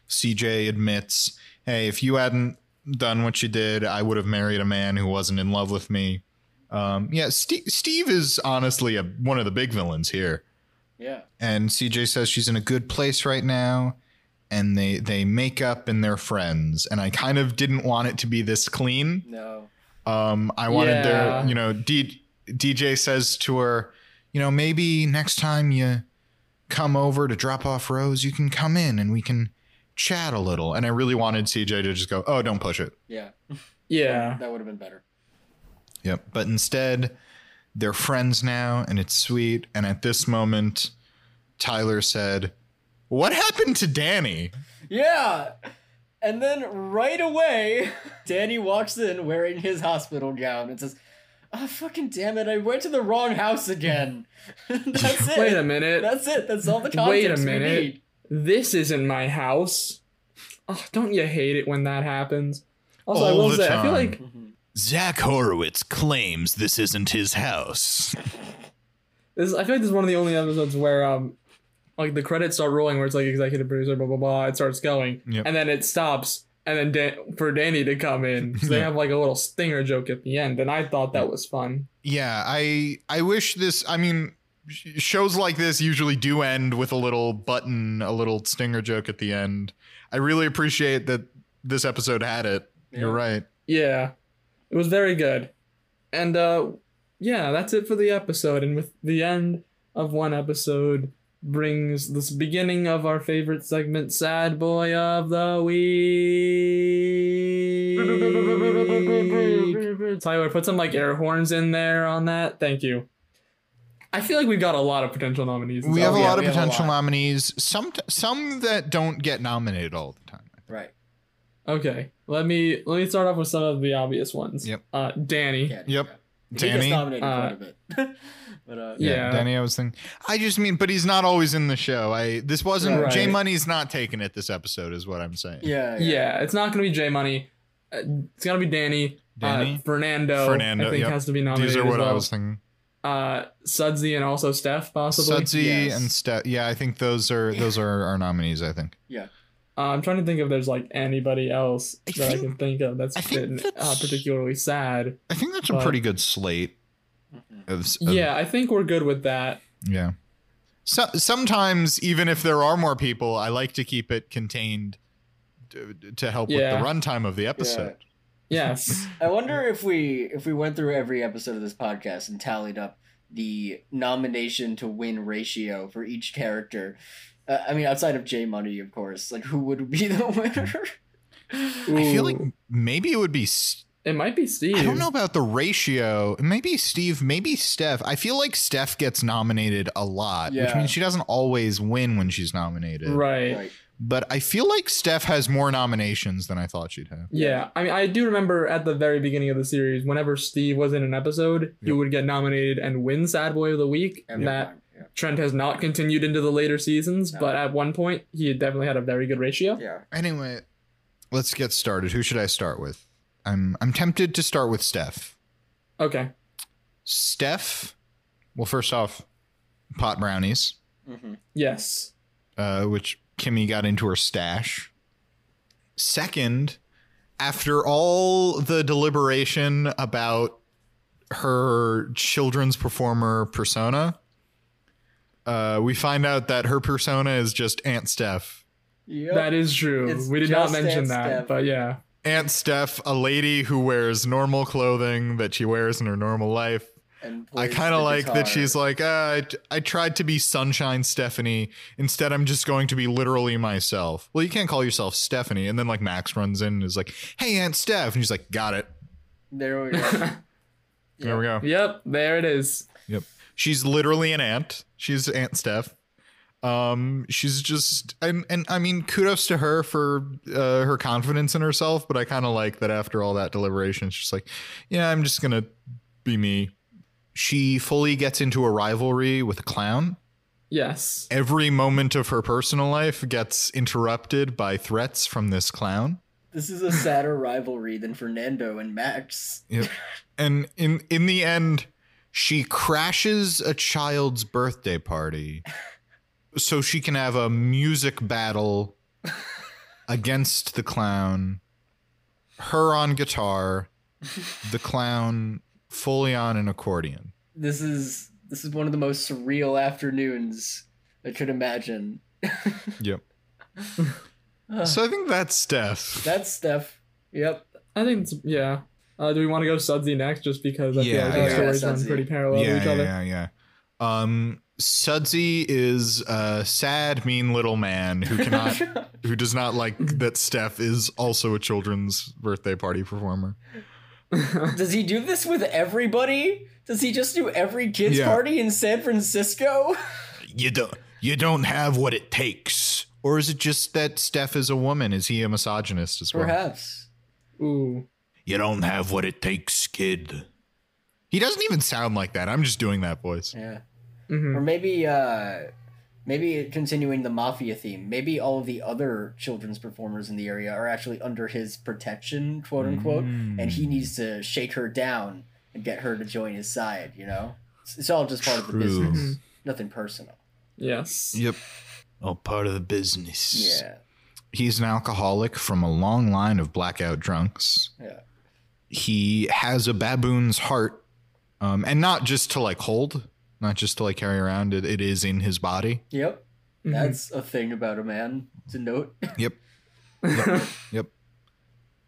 Speaker 2: CJ admits, hey, if you hadn't done what you did, I would have married a man who wasn't in love with me. Um, yeah, Ste Steve is honestly a, one of the big villains here
Speaker 4: Yeah.
Speaker 2: and CJ says she's in a good place right now and they they make up and they're friends and I kind of didn't want it to be this clean
Speaker 4: No.
Speaker 2: um I wanted their
Speaker 1: Yeah.
Speaker 2: you know D- DJ says to her you know maybe next time you come over to drop off Rose you can come in and we can chat a little and I really wanted CJ to just go oh don't push it
Speaker 4: Yeah.
Speaker 1: Yeah.
Speaker 4: That would have been better.
Speaker 2: Yep. But instead, they're friends now, and it's sweet. And at this moment, Tyler said, "What happened to Danny?"
Speaker 4: Yeah. And then right away, Danny walks in wearing his hospital gown and says, Oh fucking damn it, I went to the wrong house again. That's it.
Speaker 1: Wait a minute.
Speaker 4: That's it. That's all the context
Speaker 1: Wait a
Speaker 4: we
Speaker 1: minute.
Speaker 4: need.
Speaker 1: this isn't my house. Oh, don't you hate it when that happens? Also, I
Speaker 2: All
Speaker 1: will
Speaker 2: the
Speaker 1: say, I feel
Speaker 2: time.
Speaker 1: like
Speaker 4: Mm-hmm.
Speaker 2: Zach Horowitz claims this isn't his house.
Speaker 1: this. I feel like this is one of the only episodes where um, like the credits start rolling, where it's like executive producer, blah blah blah. It starts going,
Speaker 2: Yep.
Speaker 1: and then it stops, and then Dan- for Danny to come in, so they have like a little stinger joke at the end, and I thought that was fun.
Speaker 2: Yeah, I I wish this. I mean, sh- shows like this usually do end with a little button, a little stinger joke at the end. I really appreciate that this episode had it. You're
Speaker 4: Yeah.
Speaker 2: right.
Speaker 1: Yeah, it was very good, and uh, yeah, that's it for the episode. And with the end of one episode brings this beginning of our favorite segment, Sad Boy of the Week. Tyler, put some like air horns in there on that. Thank you. I feel like we've got a lot of potential nominees.
Speaker 2: We have a
Speaker 4: yeah,
Speaker 2: lot of
Speaker 4: we have a
Speaker 2: potential
Speaker 4: lot.
Speaker 2: nominees. Some some that don't get nominated all the time.
Speaker 4: Right.
Speaker 1: Okay, let me let me start off with some of the obvious ones.
Speaker 2: Yep.
Speaker 1: Uh, Danny.
Speaker 4: Yeah.
Speaker 2: Yep.
Speaker 4: He gets
Speaker 2: Danny?
Speaker 4: nominated quite
Speaker 1: Uh,
Speaker 4: a bit. but uh,
Speaker 1: Yeah.
Speaker 2: Danny, I was thinking. I just mean, but he's not always in the show. I this wasn't
Speaker 1: Right.
Speaker 2: J Money's not taking it this episode, is what I'm saying.
Speaker 4: yeah, yeah.
Speaker 1: Yeah, it's not gonna be J Money. Uh, It's gonna be Danny.
Speaker 2: Danny?
Speaker 1: Uh, Fernando.
Speaker 2: Fernando,
Speaker 1: I think
Speaker 2: yep.
Speaker 1: has to be Uh, nominated.
Speaker 2: These are what
Speaker 1: as well.
Speaker 2: I was thinking.
Speaker 1: Uh, Sudsy and also Steph possibly.
Speaker 2: Sudsy
Speaker 4: Yes.
Speaker 2: and Ste- yeah, I think those are those are our nominees. I think.
Speaker 1: Uh, I'm trying to think if there's like anybody else
Speaker 2: I
Speaker 1: that I
Speaker 2: think-
Speaker 1: can think of that's
Speaker 2: I
Speaker 1: been
Speaker 2: think
Speaker 1: uh,
Speaker 2: that's-
Speaker 1: particularly sad.
Speaker 2: I think that's a
Speaker 1: But-
Speaker 2: pretty good slate.
Speaker 4: Mm-hmm.
Speaker 2: Of, of-
Speaker 1: yeah, I think we're good with that.
Speaker 2: yeah. So, sometimes, even if there are more people, I like to keep it contained to, to help
Speaker 1: Yeah.
Speaker 2: with the runtime of the episode.
Speaker 1: Yes.
Speaker 4: I wonder if we if we went through every episode of this podcast and tallied up the nomination to win ratio for each character. Uh, I mean, outside of J Money, of course. Like, who would be the winner?
Speaker 2: I feel like
Speaker 1: Ooh,
Speaker 2: maybe it would be s-
Speaker 1: it might be Steve.
Speaker 2: I don't know about the ratio. Maybe Steve, maybe Steph. I feel like Steph gets nominated a lot, which
Speaker 4: Yeah.
Speaker 2: means she doesn't always win when she's nominated.
Speaker 1: Right.
Speaker 4: Right.
Speaker 2: But I feel like Steph has more nominations than I thought she'd have.
Speaker 1: Yeah, I mean, I do remember at the very beginning of the series, whenever Steve was in an episode, he
Speaker 2: Yep.
Speaker 1: would get nominated and win Sad Boy of the Week.
Speaker 4: Every
Speaker 1: And that
Speaker 4: time, yeah.
Speaker 1: Trent has not continued into the later seasons,
Speaker 4: No.
Speaker 1: but at one point he definitely had a very good ratio.
Speaker 4: Yeah.
Speaker 2: Anyway, let's get started. Who should I start with? I'm I'm tempted to start with Steph.
Speaker 1: Okay.
Speaker 2: Steph. Well, first off, pot brownies,
Speaker 4: Mm-hmm.
Speaker 1: Yes.
Speaker 2: uh, which Kimmy got into her stash. Second, after all the deliberation about her children's performer persona, uh, we find out that her persona is just Aunt Steph.
Speaker 4: Yep.
Speaker 1: That is true.
Speaker 4: It's
Speaker 1: we did not
Speaker 4: just
Speaker 1: mention
Speaker 4: Aunt
Speaker 1: that,
Speaker 4: Steph.
Speaker 1: but yeah.
Speaker 2: Aunt Steph, a lady who wears normal clothing that she wears in her normal life.
Speaker 4: and
Speaker 2: I
Speaker 4: plays
Speaker 2: kind
Speaker 4: the
Speaker 2: of like
Speaker 4: guitar.
Speaker 2: that she's like, uh, I, I tried to be Sunshine Stephanie. Instead, I'm just going to be literally myself. Well, you can't call yourself Stephanie. And then, like, Max runs in and is like, hey, Aunt Steph. And she's like, got it.
Speaker 4: There we go.
Speaker 2: There we go.
Speaker 1: Yep, there it is.
Speaker 2: Yep. She's literally an aunt. She's Aunt Steph. Um, she's just, and, and I mean, kudos to her for uh, her confidence in herself. But I kind of like that after all that deliberation, she's just like, yeah, I'm just going to be me. she fully gets into a rivalry with a clown.
Speaker 1: Yes.
Speaker 2: Every moment of her personal life gets interrupted by threats from this clown.
Speaker 4: This is a sadder rivalry than Fernando and Max.
Speaker 2: Yep. and in in the end, she crashes a child's birthday party so she can have a music battle against the clown. Her on guitar, the clown fully on an accordion.
Speaker 4: This is this is one of the most surreal afternoons I could imagine.
Speaker 2: Yep.
Speaker 4: Ugh.
Speaker 2: So I think that's Steph.
Speaker 4: That's Steph. Yep.
Speaker 1: I think it's, yeah. Uh, do we want to go to Sudsy next just because I
Speaker 2: Yeah,
Speaker 1: feel like
Speaker 2: yeah.
Speaker 1: our stories run
Speaker 4: Sudsy.
Speaker 1: pretty parallel
Speaker 2: yeah,
Speaker 1: to each
Speaker 2: yeah,
Speaker 1: other?
Speaker 2: yeah, yeah. Um, Sudsy is a sad, mean little man who cannot, who does not like
Speaker 4: Mm-hmm.
Speaker 2: that Steph is also a children's birthday party performer.
Speaker 4: Does he do this with everybody? Does he just do every kids
Speaker 2: Yeah.
Speaker 4: party in San Francisco?
Speaker 2: You don't, you don't have what it takes. Or is it just that Steph is a woman? Is he a misogynist as well?
Speaker 4: Perhaps.
Speaker 1: Ooh.
Speaker 2: You don't have what it takes, kid. He doesn't even sound like that. I'm just doing that voice.
Speaker 4: Yeah.
Speaker 1: hmm
Speaker 4: Or maybe uh maybe continuing the mafia theme. Maybe all of the other children's performers in the area are actually under his protection, quote unquote, and
Speaker 2: Mm.
Speaker 4: he needs to shake her down and get her to join his side, you know? It's, it's all just part of the
Speaker 2: True.
Speaker 4: business. Nothing personal.
Speaker 1: Mm-hmm. Yes.
Speaker 2: Yep. Oh, part of the business.
Speaker 4: Yeah.
Speaker 2: He's an alcoholic from a long line of blackout drunks.
Speaker 4: Yeah.
Speaker 2: He has a baboon's heart, um, and not just to like hold, not just to like carry around. It, it is in his body.
Speaker 4: Yep.
Speaker 2: Mm-hmm.
Speaker 1: Mhm.
Speaker 4: That's a thing about a man to note.
Speaker 2: Yep. yep. Yep.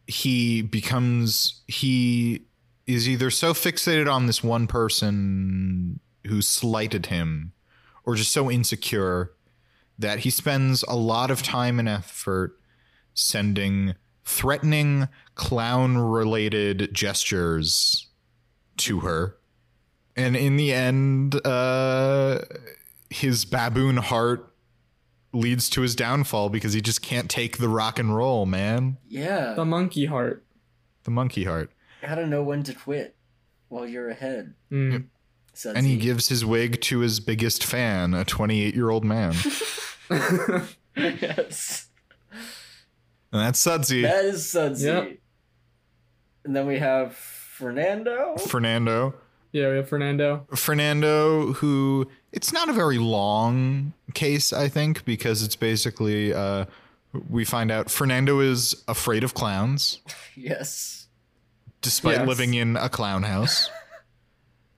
Speaker 2: He becomes he is either so fixated on this one person who slighted him or just so insecure that he spends a lot of time and effort sending threatening clown related gestures to her. And in the end, uh, his baboon heart leads to his downfall because he just can't take the rock and roll, man.
Speaker 4: Yeah.
Speaker 1: The monkey heart.
Speaker 2: The monkey heart.
Speaker 4: Gotta know when to quit while you're ahead.
Speaker 1: Mm.
Speaker 4: Sudsy.
Speaker 2: And he gives his wig to his biggest fan, a 28 year old man.
Speaker 4: yes.
Speaker 2: and that's Sudsy.
Speaker 4: That is Sudsy.
Speaker 1: Yep.
Speaker 4: And then we have Fernando.
Speaker 2: Fernando.
Speaker 1: Yeah, we have Fernando.
Speaker 2: Fernando, who it's not a very long case, I think, because it's basically uh, we find out Fernando is afraid of clowns,
Speaker 4: yes.
Speaker 2: despite
Speaker 1: Yes.
Speaker 2: living in a clown house.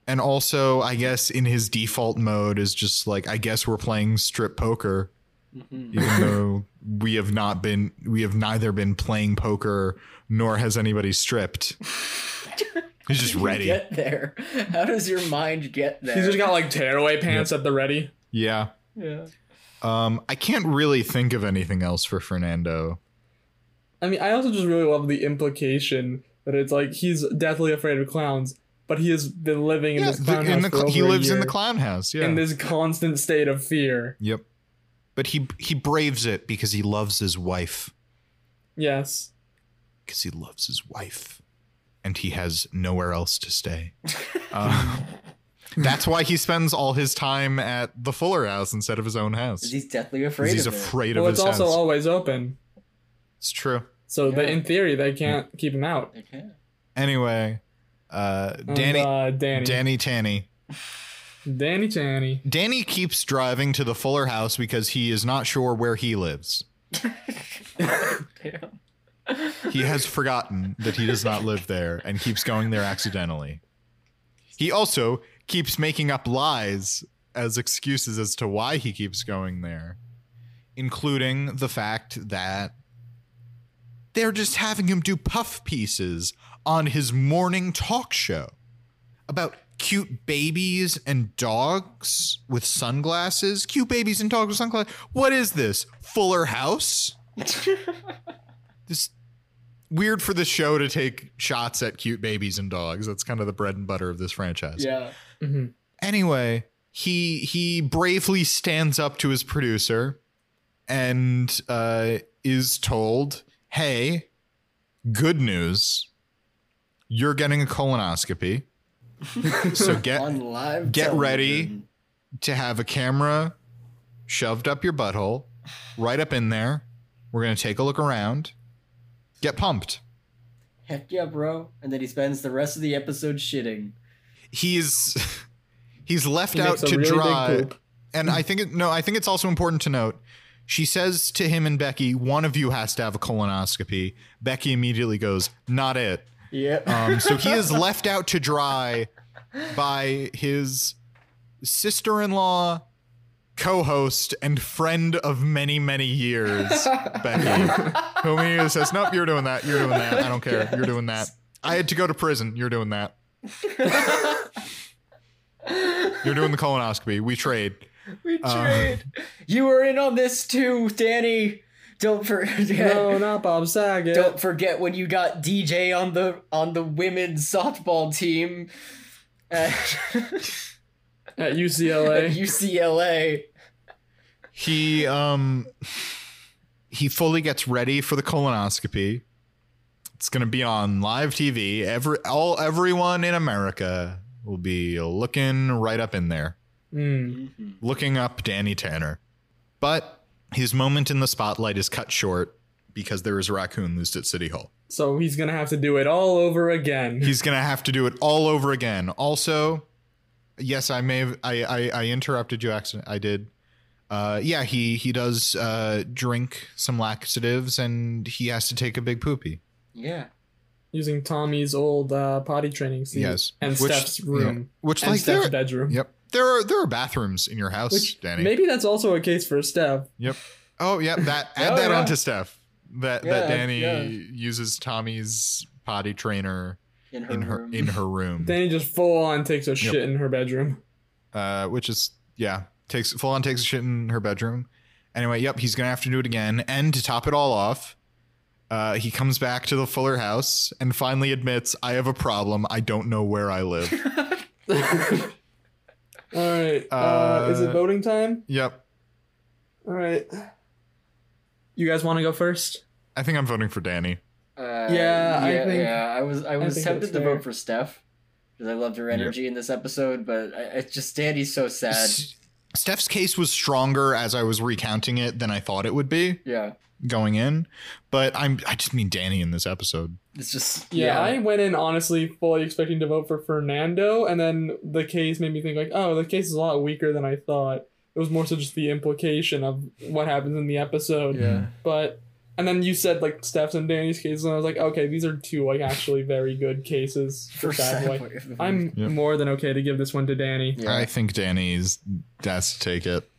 Speaker 2: and also, I guess, in his default mode, is just like, I guess we're playing strip poker.
Speaker 4: Mhm.
Speaker 2: even though we have not been we have neither been playing poker nor has anybody stripped he's just ready
Speaker 4: Get there. How does your mind get there?
Speaker 1: He's just got like tearaway pants at the ready.
Speaker 2: yeah
Speaker 4: yeah.
Speaker 2: um i can't really think of anything else for fernando
Speaker 1: I mean, I also just really love the implication that it's like he's deathly afraid of clowns, but he has been living in
Speaker 2: yeah,
Speaker 1: this
Speaker 2: the-
Speaker 1: clown
Speaker 2: in
Speaker 1: house
Speaker 2: the
Speaker 1: for
Speaker 2: cl- he
Speaker 1: over a
Speaker 2: lives in the
Speaker 1: year,
Speaker 2: clown house yeah
Speaker 1: in this constant state of fear.
Speaker 2: yep but he he braves it because he loves his wife
Speaker 1: Yes.
Speaker 2: because he loves his wife and he has nowhere else to stay Uh, that's why he spends all his time at the fuller house instead of his own house
Speaker 4: 'Cause He's deathly
Speaker 2: 'Cause
Speaker 4: afraid
Speaker 2: he's
Speaker 4: of it.
Speaker 2: afraid
Speaker 1: well,
Speaker 2: of his
Speaker 1: it's also
Speaker 2: house
Speaker 1: always open,
Speaker 2: It's true.
Speaker 1: so
Speaker 4: Yeah.
Speaker 1: they, in theory
Speaker 2: Mm.
Speaker 1: they can't keep him out.
Speaker 4: Okay.
Speaker 2: Anyway, uh,
Speaker 1: And,
Speaker 2: Danny,
Speaker 1: uh, Danny, Danny,
Speaker 2: Danny Tanny.
Speaker 1: Danny, Tanny.
Speaker 2: Danny keeps driving to the Fuller house because he is not sure where he lives.
Speaker 4: Damn.
Speaker 2: He has forgotten that he does not live there and keeps going there accidentally. He also keeps making up lies as excuses as to why he keeps going there, including the fact that they're just having him do puff pieces on his morning talk show about cute babies and dogs with sunglasses. Cute babies and dogs with sunglasses. What is this? Fuller House? this weird for the show to take shots at cute babies and dogs. That's kind of the bread and butter of this franchise.
Speaker 4: Yeah.
Speaker 1: hmm
Speaker 2: Anyway, he he bravely stands up to his producer and uh, is told, "Hey, good news. You're getting a colonoscopy So get
Speaker 4: on live.
Speaker 2: get ready.
Speaker 4: television.
Speaker 2: to have a camera shoved up your butthole, right up in there. We're gonna take a look around. Get pumped.
Speaker 4: Heck yeah, bro. And then he spends the rest of the episode shitting.
Speaker 2: He's he's left
Speaker 1: He
Speaker 2: out
Speaker 1: makes a
Speaker 2: to
Speaker 1: really
Speaker 2: dry.
Speaker 1: big poop.
Speaker 2: And I think it, no, I think it's also important to note. She says to him and Becky, "One of you has to have a colonoscopy." Becky immediately goes, "Not it."
Speaker 4: Yep.
Speaker 2: Um, so he is left out to dry by his sister-in-law, co-host, and friend of many many years, Becky, whom he says, "Nope, you're doing that. You're doing that. I don't care. You're doing that. I had to go to prison. You're doing that. You're doing the colonoscopy. We trade."
Speaker 4: we
Speaker 2: uh,
Speaker 4: trade. you were in on this too, Danny. Don't forget.
Speaker 1: No, not Bob Saget.
Speaker 4: Don't forget when you got DJ on the on the women's softball team at,
Speaker 1: At
Speaker 4: at
Speaker 1: UCLA.
Speaker 4: UCLA.
Speaker 2: he um he fully gets ready for the colonoscopy it's going to be on live tv every all everyone in america will be looking right up in there
Speaker 1: Mm.
Speaker 2: looking up danny tanner but his moment in the spotlight is cut short because there is a raccoon loosed at city hall
Speaker 1: So he's gonna have to do it all over again.
Speaker 2: he's going to have to do it all over again also yes i may have i i, I interrupted you accident i did uh yeah he he does uh drink some laxatives and he has to take a big poopy
Speaker 4: Yeah.
Speaker 1: using Tommy's old uh, potty training seat.
Speaker 2: Yes.
Speaker 1: And
Speaker 2: Which-
Speaker 1: Steph's room.
Speaker 2: yeah. which
Speaker 1: And
Speaker 2: like
Speaker 1: Steph's
Speaker 2: there,
Speaker 1: bedroom.
Speaker 2: yep there are there are bathrooms in your house
Speaker 1: Which
Speaker 2: danny
Speaker 1: maybe that's also a case for Steph.
Speaker 2: yep oh yeah that add
Speaker 4: Oh,
Speaker 2: that
Speaker 4: yeah.
Speaker 2: onto steph that
Speaker 4: Yeah,
Speaker 2: that danny
Speaker 4: yeah.
Speaker 2: uses tommy's potty trainer
Speaker 4: In her,
Speaker 2: in her
Speaker 4: room.
Speaker 2: in her room
Speaker 1: Danny just full on takes a shit in her bedroom.
Speaker 2: uh, which is yeah, takes full on takes a shit in her bedroom. Anyway, yep, he's gonna have to do it again. And to top it all off, uh, he comes back to the Fuller house and finally admits, "I have a problem. I don't know where I live."
Speaker 4: Uh,
Speaker 1: All right. Uh, is it
Speaker 2: Uh,
Speaker 1: voting time?
Speaker 2: yep,
Speaker 1: All right. You guys want to go first?
Speaker 2: I think I'm voting for Danny.
Speaker 4: Uh,
Speaker 1: Yeah, I
Speaker 4: yeah,
Speaker 1: think-
Speaker 4: yeah. I was I was
Speaker 1: think
Speaker 4: tempted
Speaker 1: that's
Speaker 4: to
Speaker 1: fair.
Speaker 4: vote for Steph because I loved her
Speaker 2: Yep.
Speaker 4: energy in this episode, but I, it's just Danny's so sad.
Speaker 2: S- Steph's case was stronger as I was recounting it than I thought it would be
Speaker 4: Yeah,
Speaker 2: going in, but I'm I just mean Danny in this episode.
Speaker 4: it's just
Speaker 1: Yeah,
Speaker 4: yeah.
Speaker 1: I went in honestly fully expecting to vote for Fernando, and then the case made me think like, oh, the case is a lot weaker than I thought. It was more so just the implication of what happens in the episode.
Speaker 2: Yeah.
Speaker 1: But and then you said like Steph's and Danny's cases, and I was like, okay, these are two like actually very good cases for Savoy.
Speaker 4: Savoy.
Speaker 1: I'm
Speaker 2: Yeah.
Speaker 1: more than okay to give this one to Danny.
Speaker 4: Yeah.
Speaker 2: I think Danny's has to take it.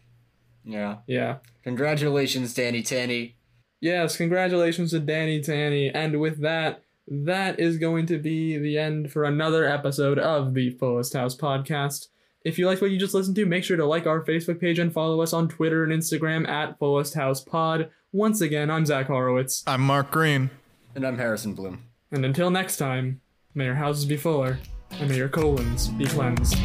Speaker 4: yeah.
Speaker 1: Yeah.
Speaker 4: Congratulations, Danny Tanny.
Speaker 1: Yes, congratulations to Danny Tanny. And with that, that is going to be the end for another episode of the Fullest House podcast. If you liked what you just listened to, make sure to like our Facebook page and follow us on Twitter and Instagram at Fullest House Pod. Once again, I'm Zach Horowitz.
Speaker 2: I'm Mark Green.
Speaker 4: And I'm Harrison Bloom.
Speaker 1: And until next time, may your houses be fuller and may your colons be cleansed.